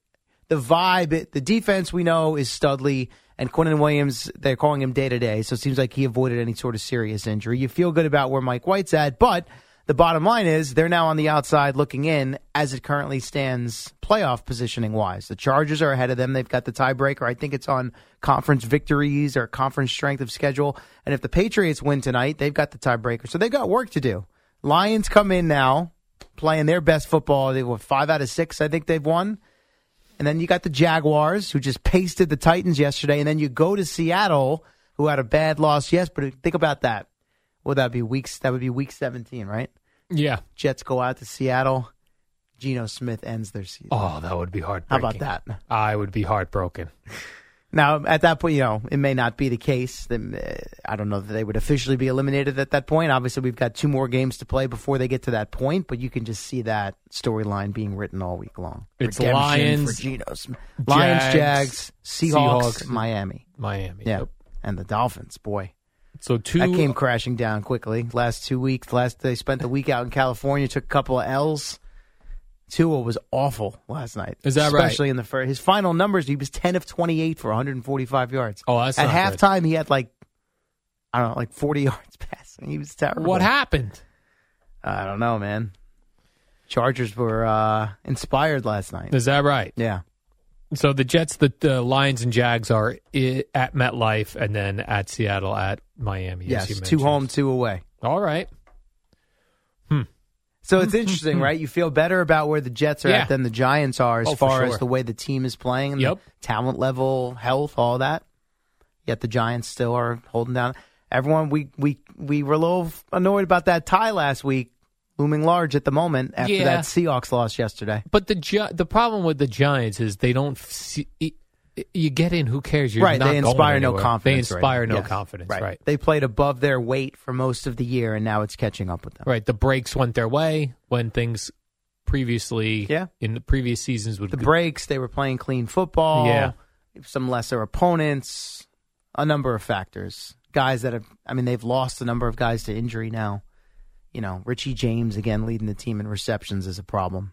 F: the vibe, it- the defense we know is Studley and Quinton Williams. They're calling him day to day, so it seems like he avoided any sort of serious injury. You feel good about where Mike White's at, but the bottom line is they're now on the outside looking in as it currently stands, playoff positioning wise. The Chargers are ahead of them. They've got the tiebreaker. I think it's on conference victories or conference strength of schedule. And if the Patriots win tonight, they've got the tiebreaker, so they've got work to do. Lions come in now playing their best football. They were five out of six, I think they've won. And then you got the Jaguars, who just pasted the Titans yesterday. And then you go to Seattle, who had a bad loss. Yes, but think about that. Would that be weeks? That would be week 17, right?
A: Yeah.
F: Jets go out to Seattle. Geno Smith ends their season.
A: Oh, that would be
F: How
A: heartbreaking.
F: about that?
A: I would be heartbroken.
F: Now, at that point, you know, it may not be the case. Then, uh, I don't know that they would officially be eliminated at that point. Obviously, we've got two more games to play before they get to that point, but you can just see that storyline being written all week long.
A: It's Lions,
F: for Geno Smith. Lions, Jags,
A: Jags,
F: Seahawks,
A: Seahawks.
F: Miami.
A: Miami.
F: Yeah.
A: Yep.
F: And the Dolphins, boy.
A: So two.
F: That came crashing down quickly. Last two weeks, last they spent the week out in California, took a couple of L's. Tua was awful last night.
A: Is that
F: especially
A: right?
F: Especially in the first. His final numbers, he was ten of twenty eight for one hundred and forty five yards.
A: Oh, that's
F: at
A: not good.
F: halftime he had like I don't know, like forty [LAUGHS] yards passing. He was terrible.
A: What happened?
F: I don't know, man. Chargers were uh, inspired last night.
A: Is that right?
F: Yeah,
A: So the Jets, the, the Lions, and Jags are I- at MetLife, and then at Seattle, at Miami. as you
F: yes, two
A: mentioned.
F: home, two away.
A: All right.
F: So it's interesting, right? You feel better about where the Jets are
A: Yeah.
F: at than the Giants are as
A: Oh, for
F: far as
A: sure.
F: the way the team is playing, and
A: Yep.
F: the talent level, health, all that. Yet the Giants still are holding down. Everyone, we we we were a little annoyed about that tie last week, looming large at the moment after
A: Yeah.
F: that Seahawks loss yesterday.
A: But the Gi- the problem with the Giants is they don't. See, y- y- you get in, who cares? You're
F: right?
A: not
F: They
A: going
F: inspire no
A: anywhere.
F: confidence.
A: They
F: right
A: inspire
F: now.
A: no
F: Yes.
A: confidence.
F: Right.
A: Right. right.
F: They played above their weight for most of the year, and now it's catching up with them.
A: The breaks went their way when things previously,
F: Yeah.
A: in the previous seasons would
F: the
A: go-
F: breaks. They were playing clean football.
A: Yeah.
F: Some lesser opponents. A number of factors. Guys that have, I mean, they've lost a number of guys to injury now. You know, Richie James again leading the team in receptions is a problem.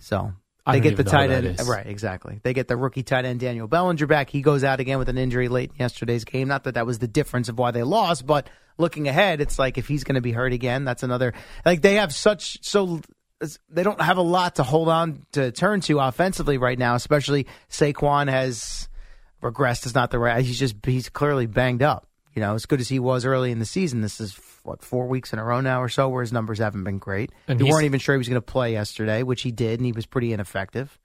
F: So
A: I
F: they
A: don't
F: get the
A: even know who
F: tight
A: that
F: end
A: is.
F: right, exactly. They get the rookie tight end Daniel Bellinger back. He goes out again with an injury late in yesterday's game. Not that that was the difference of why they lost, but looking ahead, it's like if he's going to be hurt again, that's another. Like they have such so they don't have a lot to hold on to turn to offensively right now, especially Saquon has regressed is not the right. He's just he's clearly banged up. You know, as good as he was early in the season, this is what four weeks in a row now or so where his numbers haven't been great.
A: And
F: you
A: he's-
F: weren't even sure he was going to play yesterday, which he did, and he was pretty ineffective.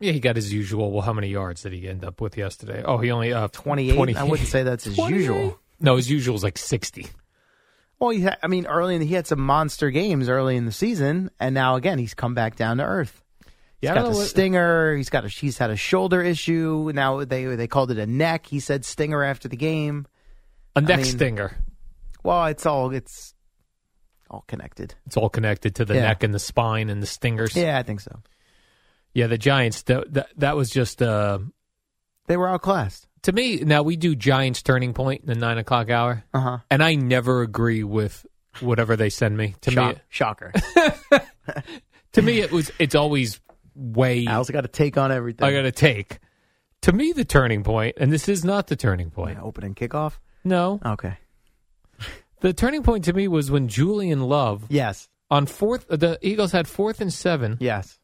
A: Yeah, he got his usual. Well, how many yards did he end up with yesterday? Oh, he only uh,
F: Twenty eight. I wouldn't say that's his
A: 28?
F: usual.
A: No, his usual is like sixty.
F: Well, he had, I mean, early in the, he had some monster games early in the season, and now again he's come back down to earth.
A: Yeah,
F: he's got
A: I don't
F: the
A: know what-
F: stinger. He's got a he's had a shoulder issue. Now they they called it a neck. He said stinger after the game.
A: A neck
F: mean-
A: stinger.
F: Well, it's all it's all connected.
A: It's all connected to the
F: Yeah.
A: neck and the spine and the stingers.
F: Yeah, I think so.
A: Yeah, the Giants. That that, that was just uh,
F: They were outclassed.
A: to me. Now we do Giants turning point in the nine o'clock hour,
F: Uh huh.
A: and I never agree with whatever they send me. To me,
F: Shocker.
A: to me, it was it's always way
F: I also got to take on everything.
A: I got to take. To me, the turning point, and this is not the turning point.
F: Yeah, opening kickoff.
A: No,
F: Okay.
A: the turning point to me was when Julian Love
F: Yes.
A: on fourth. The Eagles had fourth and seven.
F: Yes.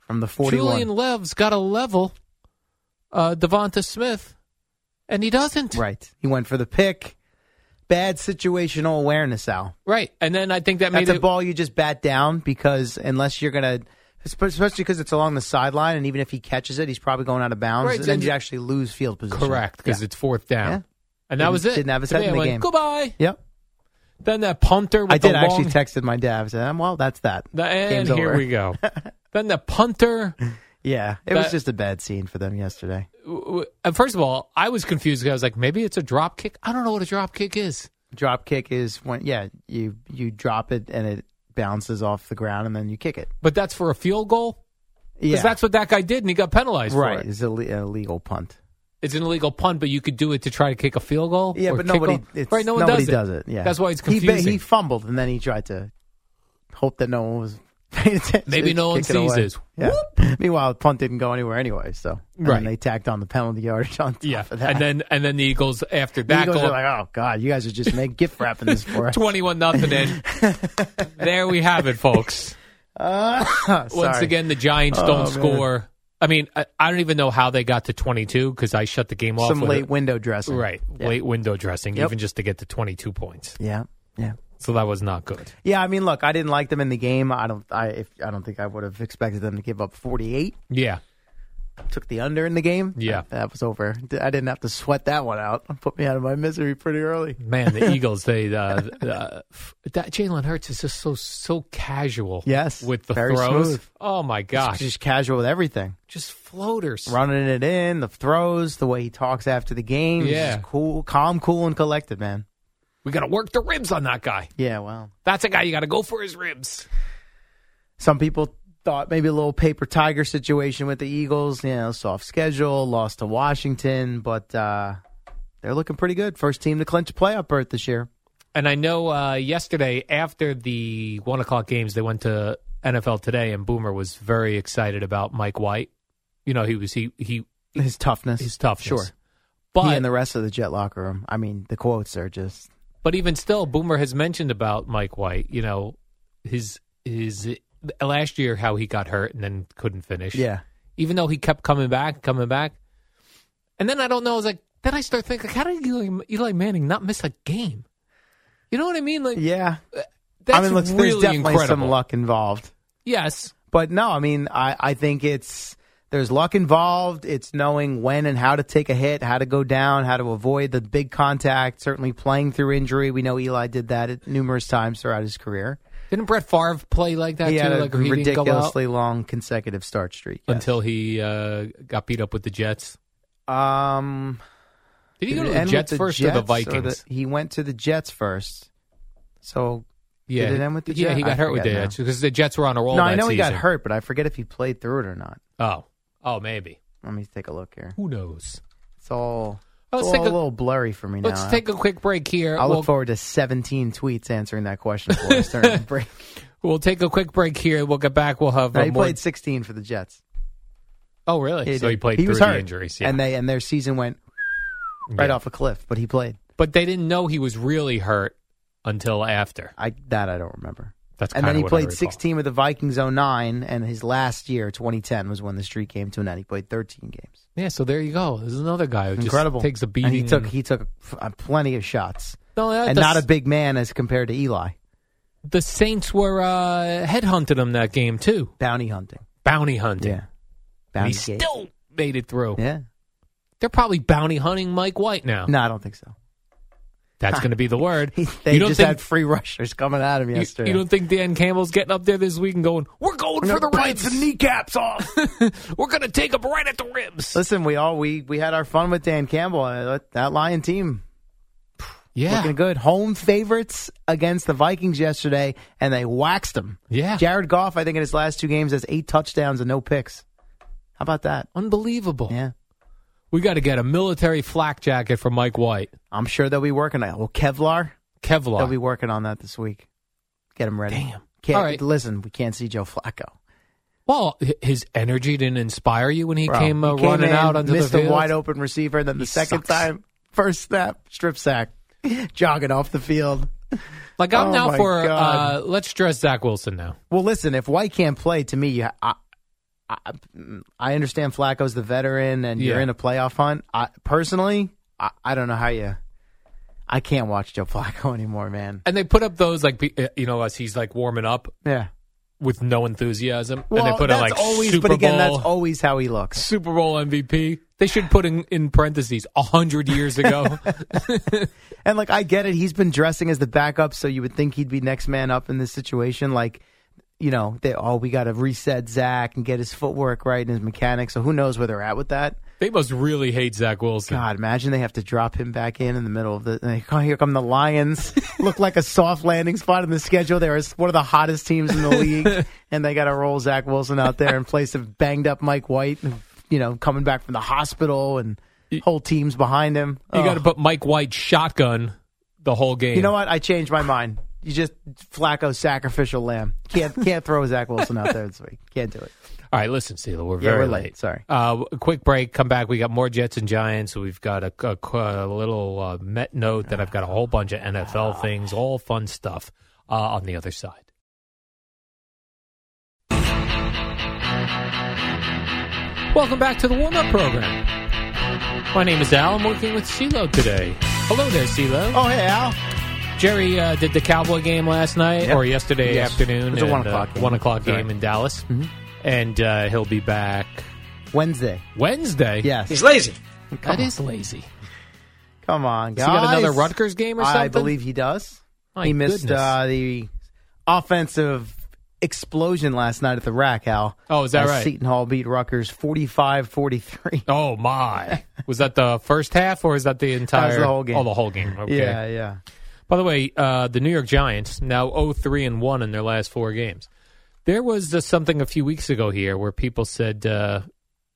F: From the forty-one.
A: Julian Love's got a level, uh, Devonta Smith, and he doesn't.
F: Right. He went for the pick. Bad situational awareness, Al.
A: Right. And then I think that made
F: That's a
A: it-
F: ball you just bat down because unless you're gonna, especially because it's along the sideline, and even if he catches it, he's probably going out of bounds,
A: Right,
F: and then
A: and-
F: you actually lose field position.
A: correct because it's fourth down.
F: Yeah.
A: And that
F: Didn't-
A: was it.
F: didn't have his
A: To
F: head
A: me,
F: in
A: I
F: the
A: went,
F: game.
A: Goodbye.
F: Yep.
A: Then that punter. With
F: I did
A: the
F: I actually
A: long-
F: texted my dad. I said, "Um, "Well, that's that."
A: The- and
F: Game's [LAUGHS]
A: here
F: over.
A: we go. Then the punter.
F: Yeah, it was
A: That-
F: just a bad scene for them yesterday.
A: W- w- and First of all, I was confused. 'cause I was like, maybe it's a drop kick. I don't know what a drop kick is.
F: Drop kick is when yeah you you drop it and it bounces off the ground and then you kick it.
A: But that's for a field goal? Because
F: Yeah,
A: that's what that guy did, and he got penalized
F: right.
A: for it.
F: It's a le- an illegal punt.
A: It's an illegal punt, but you could do it to try to kick a field goal?
F: Yeah,
A: or
F: but
A: kick
F: nobody.
A: off.
F: It's,
A: right, no one
F: nobody
A: does, it.
F: Yeah,
A: That's why it's
F: He ba-
A: confusing.
F: He, fumbled and then he tried to hope that no one was paying attention.
A: Maybe no one
F: Kicked it
A: sees
F: away.
A: this.
F: Yeah. Meanwhile, the punt didn't go anywhere anyway. So and then
A: Right.
F: they tacked on the penalty yardage on top
A: yeah,
F: of that.
A: and then and then the Eagles after
F: the [LAUGHS]
A: that
F: Eagles
A: goal,
F: are like, oh god, you guys are just make gift wrapping this for
A: [LAUGHS]
F: us.
A: twenty-one nothing, and there we have it, folks. Once
F: [LAUGHS] Sorry.
A: again, the Giants
F: Oh,
A: don't
F: man.
A: score. I mean, I, I don't even know how they got to twenty-two because I shut the game off.
F: some
A: with
F: late
A: it.
F: window dressing.
A: right
F: Yeah.
A: late window dressing,
F: Yep.
A: even just to get to twenty-two points.
F: Yeah. Yeah.
A: So that was not good.
F: Yeah, I mean, look, I didn't like them in the game. I don't. I if I don't think I would have expected them to give up forty eight.
A: Yeah,
F: Took the under in the game.
A: Yeah.
F: that, that was over. D- I didn't have to sweat that one out. Put me out of my misery pretty early. [LAUGHS]
A: man, the Eagles. They uh, uh, f- that Jalen Hurts is just so so casual.
F: Yes,
A: with the
F: very
A: throws.
F: smooth.
A: Oh my
F: Just,
A: gosh, just,
F: just casual with everything,
A: floaters.
F: running it in, the throws, the way he talks after the game. He's
A: Yeah.
F: just cool, calm, cool, and collected, man.
A: We got to work the ribs on that guy.
F: Yeah, well,
A: That's a guy you got to go for his ribs.
F: some people thought maybe a little paper tiger situation with the Eagles. You know, soft schedule, lost to Washington, but uh, they're looking pretty good. First team to clinch a playoff berth this year.
A: And I know uh, yesterday after the one o'clock games, they went to NFL Today, and Boomer was very excited about Mike White. You know, he was he he
F: His toughness,
A: he's tough,
F: Sure,
A: but
F: he and the rest of the Jet locker room. I mean, the quotes are just
A: but even still, Boomer has mentioned about Mike White. You know, his his last year how he got hurt and then couldn't finish.
F: yeah.
A: even though he kept coming back, coming back. And then I don't know. I was like, then I start thinking, like, how did Eli, Eli Manning not miss a game? You know what I mean? Like,
F: Yeah.
A: that's
F: I mean, look,
A: really
F: there's definitely
A: incredible.
F: some luck involved.
A: Yes,
F: But no, I mean, I, I think it's there's luck involved. It's knowing when and how to take a hit, how to go down, how to avoid the big contact, certainly playing through injury. We know Eli did that at numerous times throughout his career.
A: Didn't Brett Favre play like that
F: he
A: too?
F: had a
A: Like where he didn't go out
F: ridiculously long consecutive start streak. yes.
A: until he uh, got beat up with the Jets.
F: um
A: Did he
F: did
A: go to
F: it
A: the
F: end
A: Jets
F: with
A: first or the
F: Jets
A: Vikings?
F: he went to the Jets first. So
A: yeah,
F: did it end with the
A: yeah, he
F: Jets?
A: got
F: I
A: hurt with the
F: forget now.
A: Jets because the Jets were on a roll.
F: no, I
A: that
F: know he got
A: season.
F: hurt, but I forget if he played through it or not.
A: Oh, oh, maybe.
F: Let me take a look here.
A: Who knows?
F: It's all,
A: Oh,
F: it's
A: let's take
F: all a,
A: a-
F: little blurry for me now.
A: Let's take a quick break here.
F: I'll
A: We'll-
F: look forward to 17 tweets answering that question for us during the break.
A: We'll take a quick break here. We'll get back. We'll
F: [LAUGHS]
A: have
F: No,
A: uh,
F: he
A: more.
F: played 16 for the Jets.
A: oh, really? so he
F: did.
A: played
F: he
A: through
F: was
A: the
F: hurt.
A: injuries, yeah.
F: and they and their season went right
A: Yeah.
F: off a cliff. But he played.
A: but they didn't know he was really hurt until after.
F: I that I don't remember.
A: That's
F: and then
A: kinda
F: he
A: what I
F: played
A: recall.
F: 16 with the Vikings 09, and his last year, 2010, was when the streak came to an end. He played 13 games.
A: Yeah, so there you go. There's another guy who just
F: Incredible.
A: takes a beating.
F: And he took he took uh, plenty of shots,
A: No, that-
F: and
A: the
F: not a
A: s-
F: big man as compared to Eli.
A: the Saints were uh, headhunting him that game too,
F: Bounty hunting.
A: bounty hunting.
F: Yeah,
A: And
F: bounty
A: he
F: gate.
A: still made it through.
F: Yeah.
A: They're probably bounty hunting Mike White now.
F: No, I don't think so.
A: That's going to be the word.
F: [LAUGHS] He, they
A: you don't
F: just
A: think
F: had free rushers coming at him
A: you,
F: yesterday.
A: you don't think Dan Campbell's getting up there this week and going, "We're going for the ribs,
F: kneecaps off.
A: [LAUGHS] we're going to take him right at the ribs."
F: Listen, we all we we had our fun with Dan Campbell. Uh, that- That Lion team
A: yeah,
F: looking good. Home favorites against the Vikings yesterday, and they waxed them.
A: yeah,
F: Jared Goff, I think, in his last two games has eight touchdowns and no picks. How about that?
A: unbelievable.
F: Yeah,
A: We got to get a military flak jacket for Mike White.
F: I'm sure they'll be working on it. Well, Kevlar, they'll
A: Kevlar.
F: be working on that this week. Get him ready.
A: Damn.
F: Can't,
A: All right.
F: Listen, we can't see Joe Flacco.
A: well, h- his energy didn't inspire you when he
F: Bro,
A: came, uh,
F: he came
A: running
F: in,
A: out onto
F: missed
A: the field.
F: a wide open receiver, and then the
A: He
F: second
A: sucks.
F: time, first snap, strip sack, [LAUGHS] jogging off the field.
A: Like I'm
F: Oh
A: now
F: my
A: for. Uh,
F: God.
A: let's dress Zach Wilson now.
F: Well, listen, if White can't play, to me, you, I, I, I understand Flacco's the veteran, and you're
A: Yeah.
F: in a playoff hunt. I, personally, I, I don't know how you. I can't watch Joe Flacco [LAUGHS] anymore, man.
A: And they put up those like be- uh, you know as he's like warming up
F: Yeah.
A: with no enthusiasm,
F: Well,
A: and they put
F: that's
A: in like
F: always,
A: Super
F: but again,
A: Bowl
F: that's always how he looks.
A: Super Bowl MVP. They should put in in parentheses a hundred
F: [LAUGHS]
A: years ago.
F: And like, I get it. He's been dressing as the backup, so you would think he'd be next man up in this situation. Like, you know, they oh we got to reset Zach and get his footwork right and his mechanics. So who knows where they're at with that?
A: They must really hate Zach Wilson.
F: God, imagine they have to drop him back in in the middle of the. Like, oh, here come the
A: [LAUGHS]
F: Lions. Look like a soft landing spot in the schedule. They're one of the hottest teams in the
A: [LAUGHS]
F: league, and they got to roll Zach Wilson out there in place of banged up Mike White, who, you know, coming back from the hospital and whole teams behind him.
A: You
F: Ugh.
A: got to put Mike White shotgun the whole game.
F: You know what? I changed my mind. You just Flacco sacrificial lamb. Can't can't throw Zach Wilson out there this week. Can't do it.
A: All right, listen, Steeler, we're
F: Yeah,
A: very
F: we're late. Sorry.
A: Uh, a quick break. Come back. We got more Jets and Giants. We've got a, a- a little uh, Met note. Then I've got a whole bunch of
F: Ah.
A: NFL things, all fun stuff uh, on the other side. Welcome back to the warm up program. My name is Al. I'm working with CeeLo today. Hello there, CeeLo.
F: Oh hey Al.
A: Jerry uh, did the Cowboy game last night
F: Yep.
A: or yesterday
F: Yes.
A: afternoon.
F: It was a
A: and,
F: one o'clock
A: uh,
F: game. Mm-hmm.
A: one o'clock
F: Sorry.
A: game in Dallas, and uh, he'll be back [LAUGHS]
F: Wednesday.
A: Wednesday.
F: Yes.
G: lazy.
A: that is lazy.
F: Come on, guys.
A: Has he got another Rutgers game or
F: I
A: something?
F: believe he does.
A: My
F: he missed
A: goodness.
F: uh, the offensive explosion last night at the rack, Al.
A: Oh, is that
F: As
A: right?
F: Seton Hall beat Rutgers [LAUGHS] 45-43.
A: Oh my! Was that the first half or is that the entire?
F: the whole game.
A: Oh, the whole game. Okay.
F: Yeah, yeah.
A: By the way, uh, the New York Giants now 0-3 and one in their last four games. There was uh, something a few weeks ago here where people said, uh,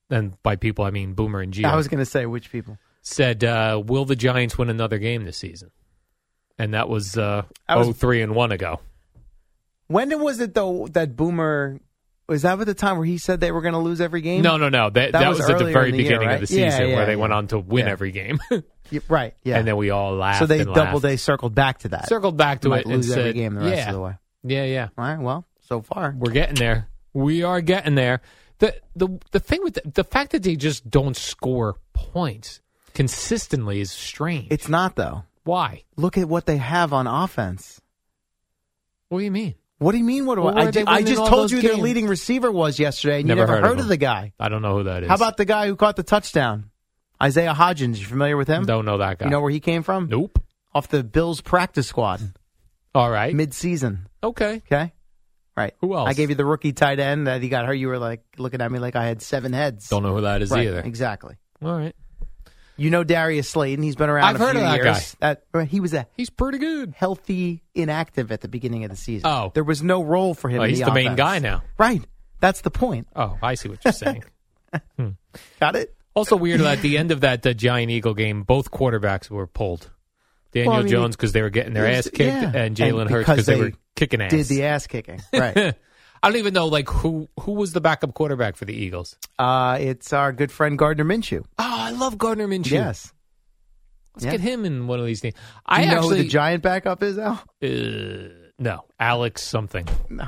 A: and by people I mean Boomer and Gio,
F: I was going to say which people.
A: said, uh, "Will the Giants win another game this season?" And that was uh,
F: I was-
A: 0-3 and one ago.
F: When was it though that Boomer was that at the time where he said they were going to lose every game?
A: No, no, no. That, that,
F: That
A: was,
F: was
A: at the
F: earlier
A: very
F: in the year,
A: beginning
F: right?
A: of the
F: Yeah,
A: season
F: yeah,
A: where they
F: yeah.
A: went on to win
F: Yeah.
A: every game, [LAUGHS]
F: Y- right. Yeah.
A: and then we all laughed.
F: so they
A: and
F: double
A: laughed.
F: they circled back to that.
A: circled back to
F: Might
A: it and
F: lose every
A: said,
F: game the rest
A: yeah,
F: of the way.
A: Yeah, yeah.
F: All right. Well, so far
A: We're getting there. We are getting there. The the the thing with the, the fact that they just don't score points consistently is strange.
F: it's not though.
A: Why?
F: Look at what they have on offense.
A: What do you mean?
F: What do you mean? What do
A: Well, where
F: I?
A: are
F: I,
A: they
F: ju- I
A: winning
F: just
A: all
F: told
A: those
F: you their
A: games?
F: leading receiver was yesterday, and
A: Never
F: you never
A: heard
F: heard,
A: of
F: of,
A: him.
F: the guy.
A: I don't know who that is.
F: How about the guy who caught the touchdown, Isaiah Hodgins? You familiar with him?
A: Don't know that guy.
F: You know where he came from?
A: nope.
F: Off the Bills practice squad
A: All right.
F: mid-season.
A: okay.
F: Okay, right.
A: Who else?
F: I gave you the rookie tight end that he got hurt. You were like looking at me like I had seven heads.
A: Don't know who that is
F: Right,
A: either.
F: Exactly.
A: All right.
F: You know Darius Slayton. He's been around.
A: I've
F: a
A: heard
F: few
A: of that
F: years. That he was a
A: He's pretty good.
F: healthy inactive at the beginning of the season.
A: Oh.
F: there was no role for him.
A: Oh,
F: in
A: he's
F: the
A: the main
F: offense.
A: guy now.
F: Right. That's the point.
A: Oh, I see what
F: [LAUGHS]
A: you're saying.
F: Got it.
A: also weird at the end of that uh, Giant Eagle game, both quarterbacks were pulled. Daniel
F: Well, I mean,
A: Jones because they were getting their
F: it
A: ass
F: was-
A: kicked,
F: yeah.
A: and Jalen
F: And
A: Hurts
F: because
A: because they,
F: they
A: were kicking ass.
F: Did the ass kicking.
A: [LAUGHS]
F: Right.
A: I don't even know like who who was the backup quarterback for the Eagles.
F: uh, it's our good friend Gardner Minshew.
A: Oh, I love Gardner Minshew.
F: Yes.
A: let's
F: yeah.
A: get him in one of these things.
F: Do
A: I
F: you know who
A: actually
F: the giant backup is, [LAUGHS] Al?
A: uh, no Alex something.
F: No.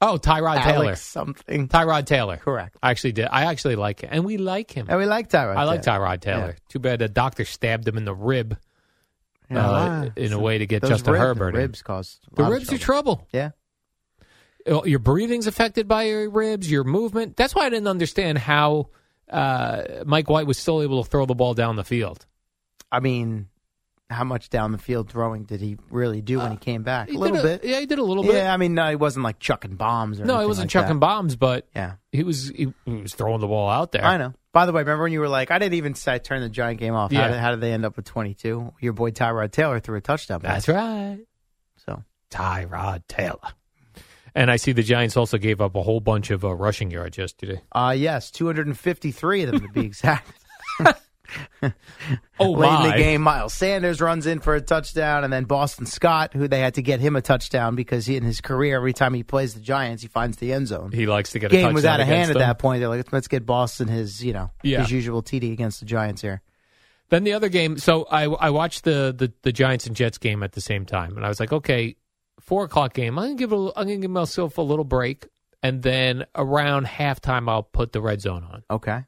A: Oh, Tyrod
F: Alex something.
A: Taylor. Tyrod Taylor.
F: Correct.
A: I actually did. I actually like him, and we like him.
F: And we like Tyrod.
A: I like
F: Taylor.
A: Tyrod Taylor. Too bad the doctor stabbed him in the rib
F: Yeah.
A: uh, in a way to get
F: Those
A: Justin
F: rib-
A: Herbert. in.
F: Ribs cause a
A: The
F: lot of
A: ribs are trouble.
F: Yeah.
A: Oh, Your breathing's affected by your ribs, your movement. That's why I didn't understand how uh, Mike White was still able to throw the ball down the field.
F: I mean, how much down the field throwing did he really do when he came back?
A: Uh, He
F: a little
A: did
F: bit.
A: Yeah, he did a little
F: yeah, I mean, no, he wasn't like chucking bombs or
A: bit. No, he
F: anything
A: wasn't
F: like
A: chucking
F: that.
A: bombs, but
F: Yeah.
A: he was he, he was throwing the ball out there.
F: I know. By the way, remember when you were like, I didn't even say I turned the giant game off.
A: Yeah.
F: How, did, how did they end up with 22? Your boy Tyrod Taylor threw a touchdown pass.
A: That's right.
F: So
A: Tyrod Taylor. And I see the Giants also gave up a whole bunch of uh, rushing yards yesterday.
F: Uh, yes, 253 of them to be [LAUGHS] exact.
A: Oh,
F: Late in
A: my.
F: the game, Miles Sanders runs in for a touchdown, and then Boston Scott, who they had to get him a touchdown because he, in his career, every time he plays the Giants, he finds the end zone.
A: He likes to get a
F: game was out
A: touchdown
F: of hand
A: against
F: at
A: them.
F: that point. They're like, let's, let's get Boston his, you know,
A: Yeah.
F: his usual TD against the Giants here.
A: Then the other game. So I I watched the, the the Giants and Jets game at the same time, and I was like, okay, four o'clock game. I'm gonna give a, little- I'm gonna give myself a little break, and then around halftime, I'll put the red zone on.
F: Okay,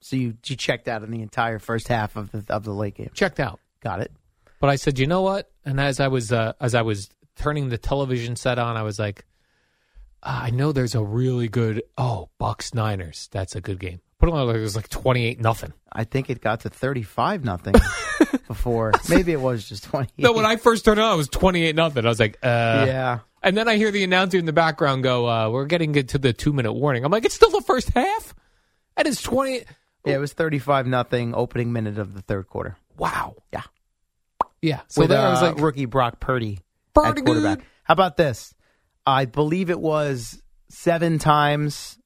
F: so you you checked out in the entire first half of the of the late game.
A: Checked out.
F: Got it.
A: But I said, you know what? And as I was uh, as I was turning the television set on, I was "Ah, like, I know there's a really good oh Bucks Niners. That's a good game. Put it on like it was like twenty eight nothing.
F: I think it got to 35
A: [LAUGHS]
F: nothing before. Maybe it was just 20.
A: No, when I first turned it on, it was twenty eight nothing. I was like, uh,
F: yeah.
A: And then I hear the announcer in the background go, uh, "We're getting to the two minute warning." I'm like, "It's still the first half." That is twenty.
F: Yeah, it was 35 nothing opening minute of the third quarter.
A: Wow.
F: Yeah.
A: Yeah. So
F: with,
A: there I was
F: uh,
A: like,
F: rookie Brock Purdy
A: Purdy
F: at quarterback.
A: good.
F: How about this? I believe it was seven times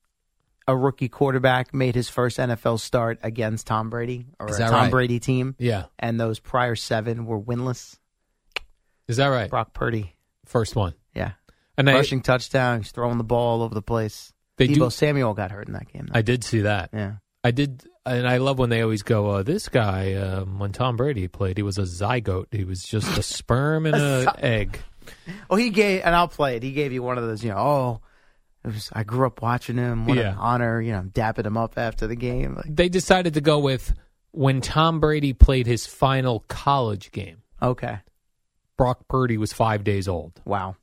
F: a rookie quarterback made his first NFL start against Tom Brady or
H: Is
F: a
H: that
F: Tom
H: right?
F: Brady team,
A: "Yeah,
F: and those prior seven were winless.
A: is that right?"
F: Brock Purdy,
A: First one.
F: yeah,
A: And I,
F: rushing touchdown, he's throwing the ball all over the place.
A: They
F: Debo
A: do-
F: Samuel got hurt in that game. Though.
A: I did see that.
F: yeah,
A: I did, and I love when they always go, uh, "This guy, um, when Tom Brady played, he was a zygote. He was just
F: [LAUGHS]
A: a sperm and an egg."
F: Oh, he gave, and I'll play it. He gave you one of those, you know, oh, it was, I grew up watching him. What
A: Yeah.
F: an honor. You know, I'm dapping him up after the game. Like,
A: They decided to go with when Tom Brady played his final college game.
F: okay.
A: Brock Purdy was five days old.
F: Wow.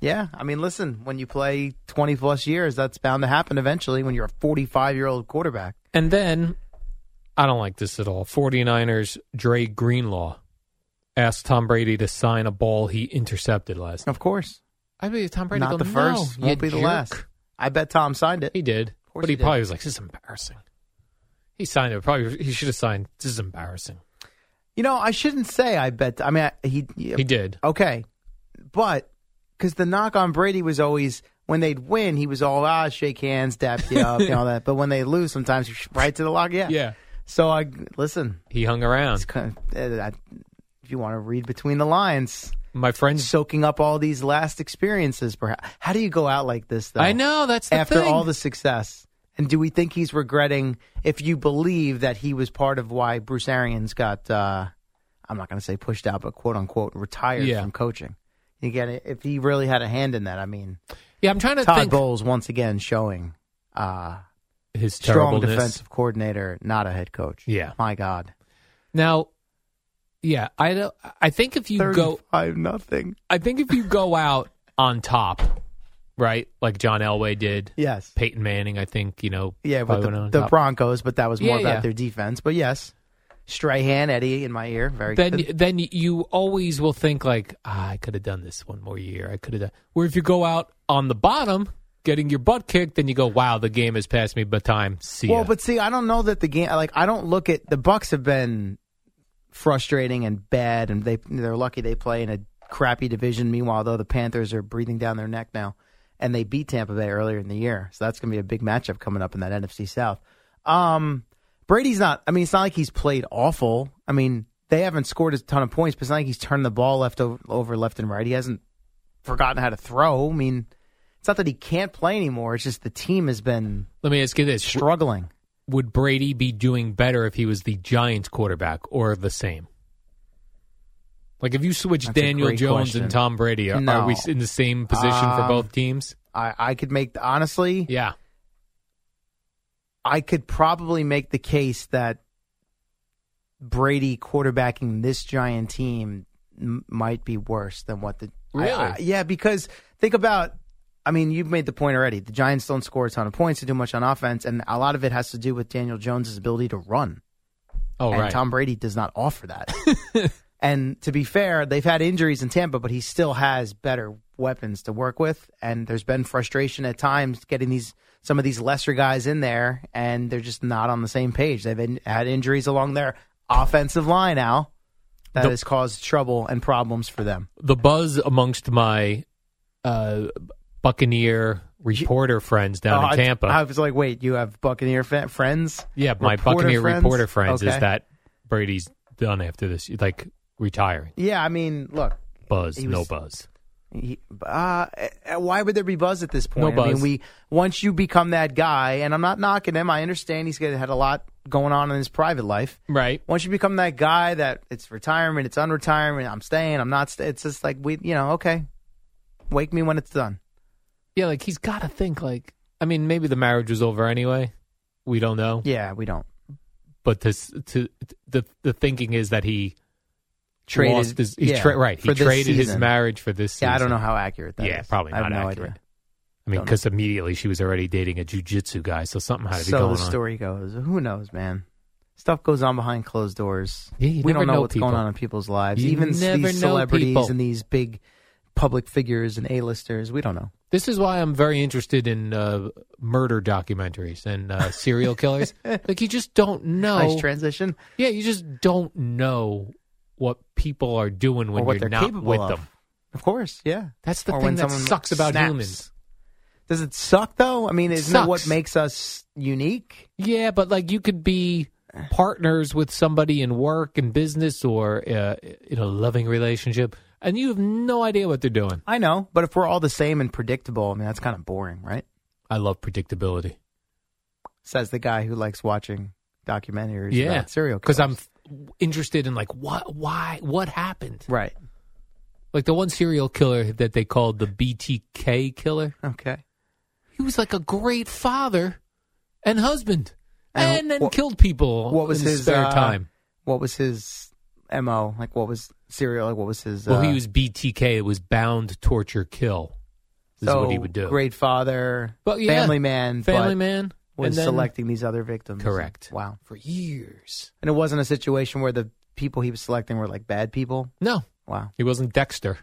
F: Yeah. I mean, listen, when you play 20 plus years, that's bound to happen eventually when you're a 45 year old quarterback.
A: And then, I don't like this at all. 49ers Dre Greenlaw asked Tom Brady to sign a ball he intercepted last night.
F: Of course.
A: I believe Tom Brady
F: Not
A: go,
F: the first,
A: "No,
F: won't
A: you
F: be the
A: jerk."
F: last. I bet Tom signed it.
A: He did,
F: course
A: but he,
F: he did.
A: probably was like, "This is embarrassing." He signed it. Probably he should have signed. This is embarrassing.
F: You know, I shouldn't say I bet. I mean, I, he,
A: He did.
F: Okay. But because the knock on Brady was always when they'd win, he was all, ah, shake hands, dap you up, and all that. But when they lose, sometimes you right to the lock. Yeah.
A: Yeah,
F: So I listen.
A: he hung
F: It's
A: around.
F: kind of, uh, I, if you want to read between the lines,
A: My friends.
F: soaking up all these last experiences, perhaps. How do you go out like this, though?
A: I know that's the
F: After
A: thing.
F: all the success. And do we think he's regretting if you believe that he was part of why Bruce Arians got, uh, I'm not going to say pushed out, but quote unquote retired
A: Yeah.
F: from coaching? You get it? If he really had a hand in that, I mean,
A: yeah, I'm trying to
F: Todd
A: think.
F: Bowles once again showing uh,
A: His
F: strong
A: terribleness.
F: defensive coordinator, not a head coach.
A: Yeah.
F: My God.
A: Now, yeah, I don't. I think if you go,
F: 35 nothing.
A: I think if you go out on top, right, like John Elway did,
F: Yes.
A: Peyton Manning. I think you know.
F: Yeah, with
A: probably went
F: the,
A: on
F: the
A: top.
F: Broncos, but that was more
A: Yeah,
F: about
A: yeah.
F: their defense. But yes, Strahan, Eddie in my ear. Very
A: then
F: good.
A: then you always will think like ah, I could have done this one more year. I could have done. Where if you go out on the bottom, getting your butt kicked, then you go, wow, the game has passed me by time. See ya.
F: Well, but see, I don't know that the game. Like, I don't look at the Bucks have been frustrating and bad, and they they're lucky they play in a crappy division. Meanwhile, though, the Panthers are breathing down their neck now, and they beat Tampa Bay earlier in the year, so that's going to be a big matchup coming up in that NFC South. Um, Brady's not. I mean, it's not like he's played awful. I mean, they haven't scored a ton of points, but it's not like he's turned the ball left over, over left and right. He hasn't forgotten how to throw. I mean, it's not that he can't play anymore. It's just the team has been
A: let me ask you this:
F: struggling.
A: Would Brady be doing better if he was the Giants quarterback, or the same? Like if you switch
F: That's a
A: Daniel
F: great
A: Jones
F: question.
A: and Tom Brady, are,
F: No.
A: are we in the same position for
F: Um,
A: both teams?
F: I, I could make the, honestly,
A: Yeah,
F: I could probably make the case that Brady quarterbacking this giant team m- might be worse than what the I-
A: Really?
F: I- yeah because think about I mean you've made the point already the Giants don't score a ton of points to do much on offense and a lot of it has to do with Daniel Jones' ability to run
A: oh
F: and
A: right,
F: Tom Brady does not offer that [LAUGHS] and to be fair they've had injuries in Tampa but he still has better weapons to work with and there's been frustration at times getting these some of these lesser guys in there and they're just not on the same page they've been, had injuries along their offensive line now that
A: The-
F: has caused trouble and problems for them
A: the buzz amongst my uh, Buccaneer reporter friends down
F: Oh,
A: in
F: I-
A: Tampa.
F: I, was like wait you have Buccaneer fa- friends
A: Yeah, my
F: Reporter
A: Buccaneer
F: friends?
A: reporter friends
F: Okay.
A: is that Brady's done after this, like retiring.
F: yeah I mean look
A: Buzz,
F: He
A: no
F: was-
A: buzz.
F: He- uh, uh, why would there be buzz at this point?
A: No
F: I mean,
A: buzz.
F: we once you become that guy, and I'm not knocking him. I understand he's got- had a lot going on in his private life.
A: Right.
F: Once you become that guy, that it's retirement, it's unretirement. I'm staying. I'm not. Stay, it's just like we, you know, okay. Wake me when it's done.
A: Yeah, like he's got to think. Like, I mean, maybe the marriage was over anyway. We don't know.
F: Yeah, we don't
A: But to s- to the the thinking is that he
F: Traded-
A: lost his, he
F: yeah,
A: tra- right. He
F: for this
A: traded his
F: season.
A: marriage for this.
F: Yeah, I don't
A: season.
F: know how accurate that is.
A: Yeah, probably
F: I have
A: not
F: no
A: accurate.
F: idea.
A: I mean,
F: Don't know.
A: because immediately she was already dating a jujitsu guy, so something had to be
F: so
A: going
F: the
A: on.
F: story goes. Who knows, man? Stuff goes on behind closed doors.
A: Yeah, you
F: we
A: never
F: don't know,
A: know
F: what's
A: people.
F: going on in people's lives.
A: You
F: Even s-
A: never
F: these
A: know
F: celebrities
A: people.
F: and these big public figures and A-listers, we don't know.
A: This is why I'm very interested in uh, murder documentaries and uh, serial
F: [LAUGHS]
A: killers. like you just don't know.
F: Nice transition.
A: yeah, you just don't know what people are doing when
F: or what
A: you're
F: they're
A: not
F: capable
A: with
F: of.
A: them.
F: Of course, yeah.
A: That's the
F: Or
A: thing
F: when
A: that
F: someone
A: sucks about
F: snaps.
A: humans.
F: Does it suck though? I mean,
A: It
F: isn't that what
A: sucks.
F: makes us unique?
A: Yeah, but like you could be partners with somebody in work and business or uh, in a loving relationship, and you have no idea what they're doing.
F: I know, but if we're all the same and predictable, I mean, that's kind of boring, right?
A: I love predictability.
F: Says the guy who likes watching documentaries
A: Yeah,
F: about serial killers.
A: because I'm f- interested in like what, why, what happened.
F: right.
A: Like the one serial killer that they called the BTK killer.
F: Okay.
A: He was like a great father and husband,
F: And
A: and, then
F: what-
A: killed people.
F: What was
A: in
F: his
A: spare
F: uh,
A: time?
F: What was his mo? Like, what was serial? Like, what was his?
A: Well,
F: uh,
A: he was BTK. It was bound, torture, kill. Is
F: so
A: what he would do.
F: Great father,
A: But, yeah,
F: family man,
A: family
F: but
A: man,
F: was
A: and then
F: selecting these other victims.
A: Correct.
F: Wow.
A: for years.
F: And it wasn't a situation where the people he was selecting were like bad people.
A: No,
F: Wow.
A: he wasn't Dexter.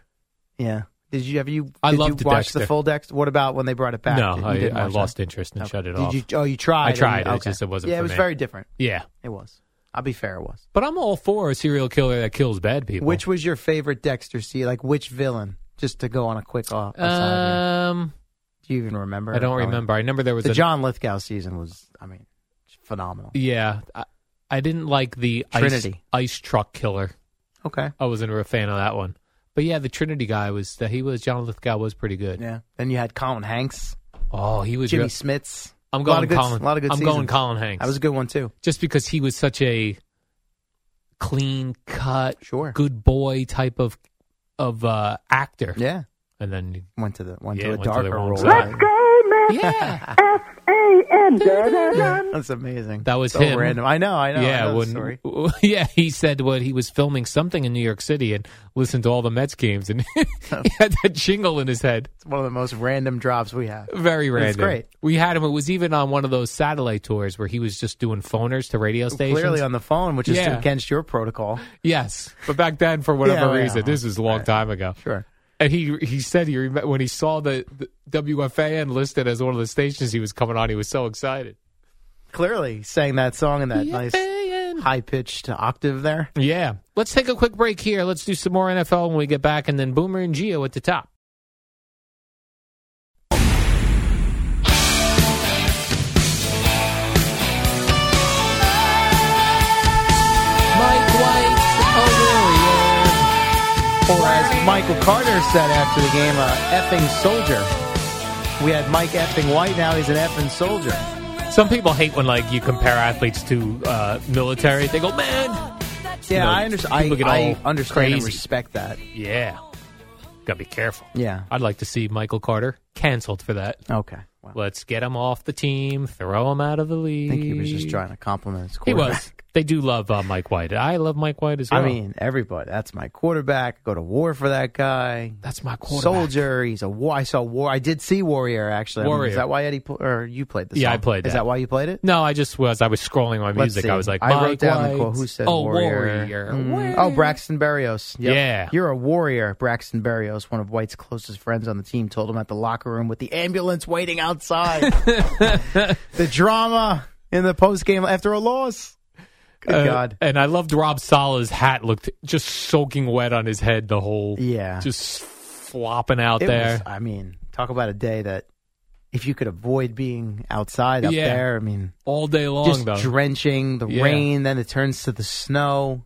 F: Yeah. Did you have you?
A: I
F: did
A: loved
F: you watch
A: Dexter.
F: the full Dexter? What about when they brought it back?
A: no,
F: You
A: I,
F: didn't
A: I
F: watch
A: lost
F: that?
A: interest and
F: Okay.
A: shut it
F: Did
A: off.
F: you- oh, you tried.
A: I tried.
F: and-
A: It just- it wasn't
F: Yeah,
A: for
F: it was
A: me.
F: very different.
A: yeah,
F: It was. I'll be fair. It was.
A: but I'm all for a serial killer that kills bad people.
F: Which was your favorite Dexter? See, like which villain? Just to go on a quick off. aside here.
A: um,
F: Do you even remember?
A: I don't
F: Owen?
A: remember. I remember there was
F: The
A: a
F: John Lithgow season was, I mean, phenomenal.
A: Yeah, I, I didn't like the ice,
F: Trinity.
A: ice truck killer.
F: Okay.
A: I wasn't a fan of that one. But yeah, the Trinity guy was that he was John Lithgow was pretty good.
F: Yeah. Then you had Colin Hanks,
A: Oh, he was.
F: Jimmy
A: real-
F: Smits.
A: I'm
F: a lot
A: going
F: of good,
A: Colin.
F: A lot of good
A: I'm
F: seasons.
A: going Colin Hanks.
F: That was a good one too.
A: just because he was such a clean cut,
F: Sure.
A: good boy type of of uh, actor.
F: Yeah. [LAUGHS]
A: And then
F: Went to the went
A: Yeah,
F: to a
A: went to the
F: darker
A: wrong
F: role.
A: side.
F: [LAUGHS]
A: Let's yeah,
F: That's amazing.
A: That was
F: so
A: him.
F: random. I know. I know. I
A: yeah.
F: know the
A: When,
F: story.
A: [LAUGHS] yeah, he said what he was filming something in New York City and listened to all the Mets games and [LAUGHS] he
F: Oh.
A: had that jingle in his head.
F: it's one of the most random drops we have.
A: Very random.
F: It's great.
A: We had him. It was even on one of those satellite tours where he was just doing phoners to radio stations.
F: Clearly on the phone, which is
A: Yeah.
F: against your protocol.
A: yes, but back then, for whatever
F: Yeah, yeah.
A: reason, this is a long time ago.
F: Sure.
A: And he he said he rem- when he saw the, the WFAN listed as one of the stations he was coming on, he was so excited.
F: Clearly sang that song in that nice
A: WFAN.
F: high pitched octave there.
A: Yeah. Let's take a quick break here. Let's do some more NFL when we get back, and then Boomer and Geo at the top. Mike White,
F: Or as Michael Carter said after the game, uh, effing soldier. We had Mike effing White. Now he's an effing soldier.
A: Some people hate when like you compare athletes to uh, military. They go, man,
F: Yeah,
A: know,
F: I understand. I,
A: people get
F: I
A: all
F: understand and
A: crazy.
F: respect that.
A: yeah, gotta be careful.
F: Yeah.
A: I'd like to see Michael Carter canceled for that.
F: Okay. Wow.
A: Let's get him off the team, throw him out of the
F: I
A: league.
F: think he was just trying to compliment his
A: He
F: quarterback.
A: was. They do love uh, Mike White. I love Mike White as well.
F: I mean, everybody. That's my quarterback. Go to war for that guy.
A: that's my quarterback.
F: Soldier. He's a war. I saw war. I did see Warrior actually. I mean,
A: Warrior.
F: Is that why Eddie pl- or you played this?
A: Yeah, I
F: song?
A: played
F: Is
A: that.
F: that why you played it?
A: No, I just was. I was scrolling my
F: Let's
A: music.
F: see.
A: I was like,
F: I wrote
A: Mike
F: down
A: White.
F: the quote. Who said
A: oh,
F: warrior? Mm. Oh, Braxton Berrios. Yep.
A: Yeah.
F: you're a warrior, Braxton Berrios. One of White's closest friends on the team told him at the locker room with the ambulance waiting
A: [LAUGHS]
F: outside. the drama in the post game after a loss. Good
A: Uh,
F: God.
A: And I loved Rob Sala's hat. Looked just soaking wet on his head. The whole
F: Yeah.
A: just flopping out
F: It
A: there.
F: was- I mean, talk about a day that if you could avoid being outside up
A: Yeah.
F: there, I mean,
A: all day long
F: just
A: though.
F: drenching, the
A: Yeah.
F: rain, then it turns to the snow,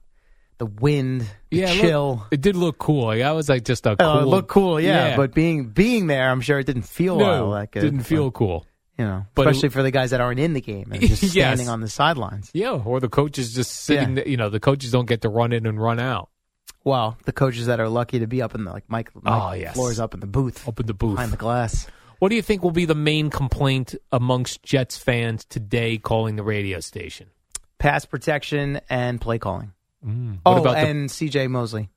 F: the wind, the
A: yeah, it looked-
F: chill.
A: it did look cool. Like, I was like just a cool.
F: Oh, it looked cool, yeah,
A: Yeah.
F: But being being there, I'm sure it didn't feel all
A: no,
F: that good.
A: didn't feel cool.
F: uh, you know,
A: but it-
F: especially for the guys that aren't in the game and just
A: [LAUGHS] Yes.
F: standing on the sidelines.
A: Yeah, or the coaches just sitting.
F: Yeah.
A: there- you know, the coaches don't get to run in and run out.
F: Well, the coaches that are lucky to be up in the like Mike, Mike
A: Oh, yes.
F: floors up in the booth,
A: Up in the booth.
F: behind the glass.
A: What do you think will be the main complaint amongst Jets fans today calling the radio station?
F: Pass protection and play calling.
A: Mm.
F: oh,
A: the,
F: and C.J. Mosley.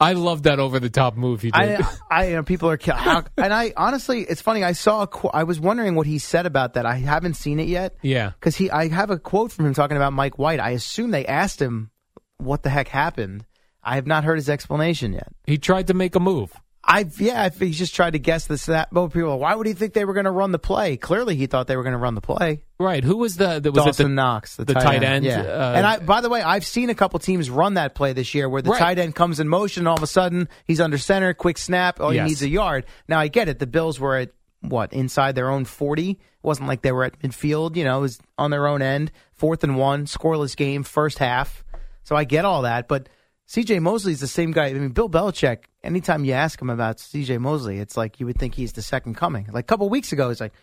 A: I love that over the top move he did.
F: I, I, you know, people are kill- how, and I honestly, it's funny. I saw, a qu- I was wondering what he said about that. I haven't seen it yet.
A: [LAUGHS] Yeah.
F: because he, I have a quote from him talking about Mike White. I assume they asked him what the heck happened. I have not heard his explanation yet.
A: he tried to make a move.
F: I've yeah, if he's just tried to guess this that. But people, are, why would he think they were going to run the play? Clearly, he thought they were going to run the play.
A: Right. Who was the, the was
F: Dawson
A: it the,
F: Knox, the,
A: the tight end,
F: Yeah.
A: uh,
F: and I, by the way, I've seen a couple teams run that play this year where the
A: Right.
F: tight end comes in motion, and all of a sudden he's under center, quick snap, all
A: Yes.
F: Oh, he needs a yard. Now I get it. The Bills were at what inside their own forty. It wasn't like they were at midfield. You know, it was on their own end, fourth and one, scoreless game, first half. So I get all that, but. C.J. Mosley's the same guy. I mean, Bill Belichick. Anytime you ask him about C.J. Mosley, it's like you would think he's the second coming. Like a couple weeks ago, he's like,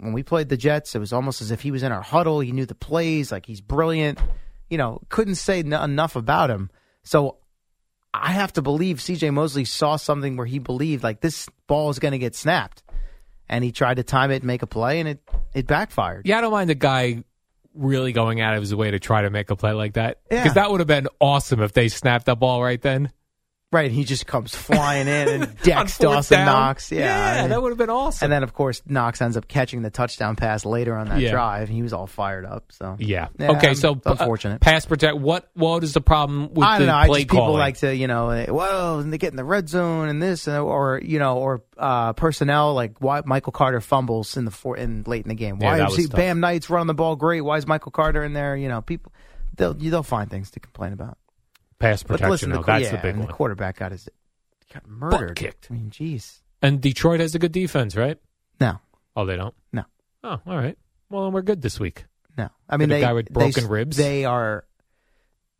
F: when we played the Jets, it was almost as if he was in our huddle. He knew the plays. Like he's brilliant. You know, couldn't say n- enough about him. So I have to believe CJ Mosley saw something where he believed like this ball is going to get snapped, and he tried to time it and make a play, and it it backfired.
A: Yeah, I don't mind a guy really going out of his way to try to make a play like that
F: Yeah.
A: because that would have been awesome if they snapped that ball right then.
F: Right? He just comes flying in and
A: On
F: decks
A: fourth
F: Dawson
A: down.
F: Knox. Yeah, I mean-
A: that would have been awesome.
F: and then of course Knox ends up catching the touchdown pass later on that
A: Yeah.
F: drive, and he was all fired up. So
A: yeah.
F: Yeah,
A: Okay.
F: um,
A: So
F: it's
A: uh,
F: unfortunate.
A: pass protect. What what is the problem with
F: I
A: the
F: don't know. I
A: play
F: just people
A: calling?
F: like to you know, eh, well, and they get in the red zone and this, and, or you know, or uh, personnel like why Michael Carter fumbles in the four in late in the game.
A: Yeah,
F: Why
A: that
F: is
A: was
F: he-
A: tough.
F: Bam Knight's running the ball great? Why is Michael Carter in there? You know, people they'll they'll find things to complain about.
A: pass
F: But
A: protection.
F: listen,
A: though,
F: the,
A: that's
F: yeah,
A: the big
F: and
A: one.
F: The quarterback got his got murdered,
A: kicked.
F: I mean, jeez,
A: and Detroit has a good defense, right?
F: no,
A: Oh, they don't.
F: No.
A: Oh, all right. Well, then we're good this week.
F: no. I mean,
A: Did a
F: they
A: guy with
F: they
A: broken
F: s-
A: ribs?
F: They are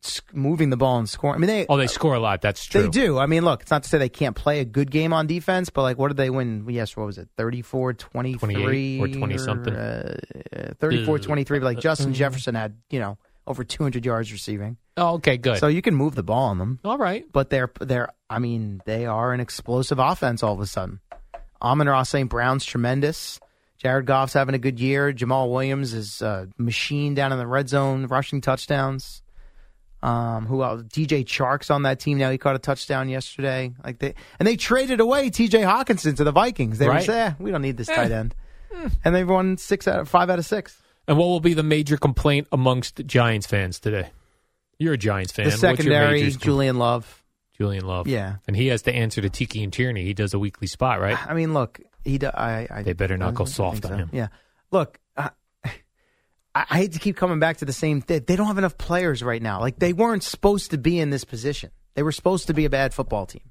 F: sc- moving the ball and scoring. I mean, they
A: Oh, they score a lot. That's true.
F: They do. I mean, look, it's not to say they can't play a good game on defense, but like, what did they win? Yes, what was it? 34 23
A: or 20 something.
F: Uh, 34 23. But like, Justin Jefferson had, you know, over 200 yards receiving.
A: Oh, okay. Good.
F: So you can move the ball on them.
A: all right.
F: But they're, they're, I mean, they are an explosive offense all of a sudden. Amon Ross St. Brown's tremendous. Jared Goff's having a good year. Jamal Williams is a machine down in the red zone, rushing touchdowns. Um, who else? DJ Chark's on that team now. He caught a touchdown yesterday. Like they and they traded away TJ Hawkinson to the Vikings. They
A: Right. Eh. Hmm.
F: were saying, we don't need this tight end. And they've won six out of five out of six.
A: And what will be the major complaint amongst Giants fans today? You're a Giants fan.
F: The
A: What's your
F: secondary,
A: major compl-
F: Julian Love.
A: Julian Love.
F: Yeah.
A: And he has to answer to Tiki and Tierney. He does a weekly
F: [SIGHS]
A: spot, right?
F: I mean, look, he. d I I
A: They better not
F: I
A: go soft
F: think
A: on him.
F: Yeah, look, I, [LAUGHS] I I hate to keep coming back to the same thing. They don't have enough players right now. Like they weren't supposed to be in this position. They were supposed to be a bad football team.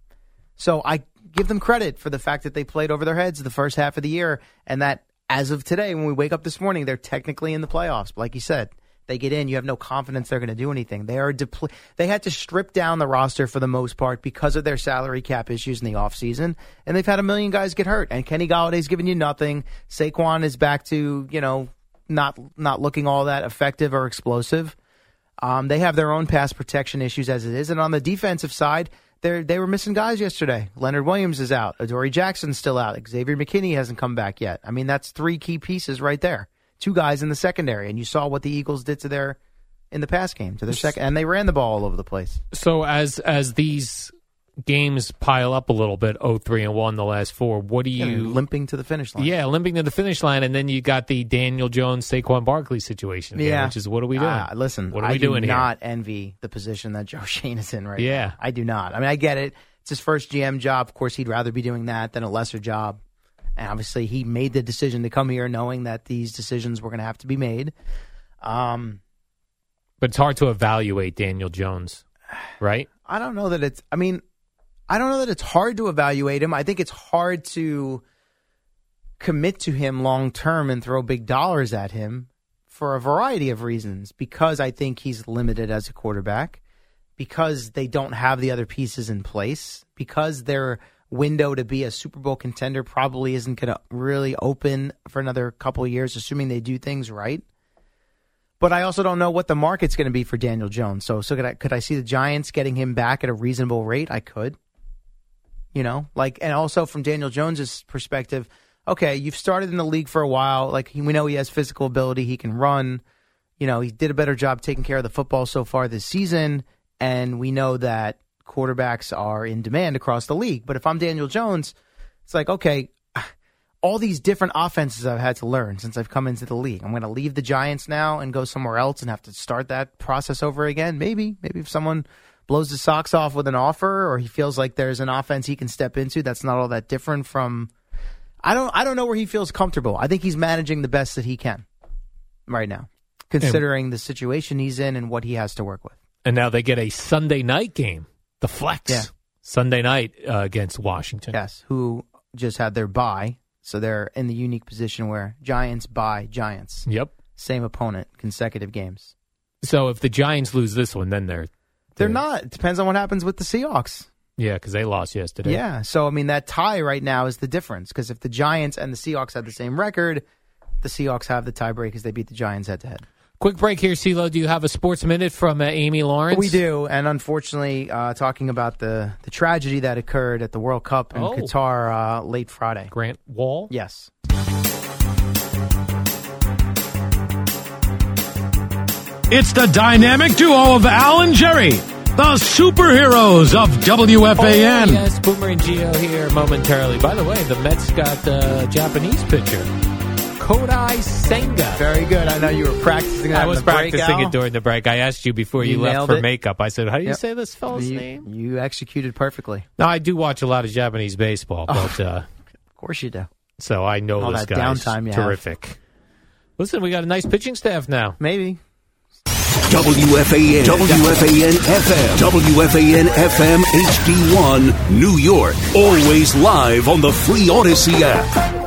F: So I give them credit for the fact that they played over their heads the first half of the year, and that as of today, when we wake up this morning, they're technically in the playoffs. But like you said, they get in. You have no confidence they're going to do anything. They are depl- They had to strip down the roster for the most part because of their salary cap issues in the offseason. and they've had a million guys get hurt. And Kenny Galladay's giving you nothing. Saquon is back to you know not not looking all that effective or explosive. Um, they have their own pass protection issues as it is, and on the defensive side, they they were missing guys yesterday. Leonard Williams is out. Adoree Jackson's still out. Xavier McKinney hasn't come back yet. I mean, that's three key pieces right there. Two guys in the secondary, and you saw what the Eagles did to their in the pass game to their second, and they ran the ball all over the place.
A: So as as these games pile up a little bit, 03 and 1 the last four, what do
F: You
A: you
F: limping to the finish line.
A: Yeah, limping to the finish line and then you got the Daniel Jones Saquon Barkley situation, again,
F: Yeah.
A: which is what are we doing?
F: Ah, listen,
A: what are
F: I
A: we doing
F: do
A: here?
F: not envy the position that Joe [LAUGHS] Shane is in right
A: Yeah.
F: now. I do not. I mean, I get it. It's his first GM job. Of course, he'd rather be doing that than a lesser job. And obviously, he made the decision to come here knowing that these decisions were going to have to be made. Um,
A: But it's hard to evaluate Daniel Jones, right?
F: I don't know that it's. I mean, I don't know that it's hard to evaluate him. I think it's hard to commit to him long term and throw big dollars at him for a variety of reasons. Because I think he's limited as a quarterback. Because they don't have the other pieces in place. Because their window to be a Super Bowl contender probably isn't going to really open for another couple of years, assuming they do things right. But I also don't know what the market's going to be for Daniel Jones. So, so could I could I see the Giants getting him back at a reasonable rate? I could. You know, like, and also from Daniel Jones's perspective, okay, you've started in the league for a while. Like he- we know he has physical ability, he can run. You know, he did a better job taking care of the football so far this season, and we know that quarterbacks are in demand across the league. But if I'm Daniel Jones, it's like, okay, [SIGHS] all these different offenses I've had to learn since I've come into the league. I'm going to leave the Giants now and go somewhere else and have to start that process over again. Maybe, maybe if someone blows his socks off with an offer or he feels like there's an offense he can step into that's not all that different from I don't I don't know where he feels comfortable. I think he's managing the best that he can right now, considering the situation he's in and what he has to work with.
A: And now they get a Sunday night game, the flex.
F: Yeah.
A: Sunday night uh, against Washington.
F: Yes, who just had their bye, so they're in the unique position where Giants buy Giants,
A: Yep.
F: same opponent, consecutive games.
A: So if the Giants lose this one, then they're
F: They're
A: Yeah.
F: not. It depends on what happens with the Seahawks.
A: yeah because they lost yesterday.
F: Yeah. So I mean, that tie right now is the difference because if the Giants and the Seahawks had the same record, the Seahawks have the tie because they beat the Giants head to head.
A: Quick break here, CeeLo. Do you have a sports minute from uh, Amy Lawrence?
F: We do, and unfortunately, uh, talking about the the tragedy that occurred at the World Cup in
A: Oh.
F: Qatar uh, late Friday.
A: Grant Wall.
F: Yes.
E: It's the dynamic duo of Al and Jerry, the superheroes of
A: Oh,
E: WFAN.
A: yes, Boomer and Geo here momentarily. By the way, the Mets got the Japanese pitcher, Kodai Senga.
F: Very good. I know you were practicing that.
A: I
F: in
A: was
F: the break,
A: practicing
F: Al.
A: it during the break. I asked you before you,
F: You
A: left
F: nailed
A: for
F: it.
A: makeup. I said, "How do you
F: Yep.
A: say this fellow's
F: You-
A: name?"
F: You executed perfectly.
A: Now I do watch a lot of Japanese baseball,
F: Oh.
A: but uh,
F: Of course you do.
A: so I know
F: All
A: this
F: that
A: guy's
F: downtime you have.
A: terrific. Listen, we got a nice pitching staff now.
F: Maybe.
C: WFAN, WFAN FM, WFAN FM HD1, New York. Always live on the free Odyssey app.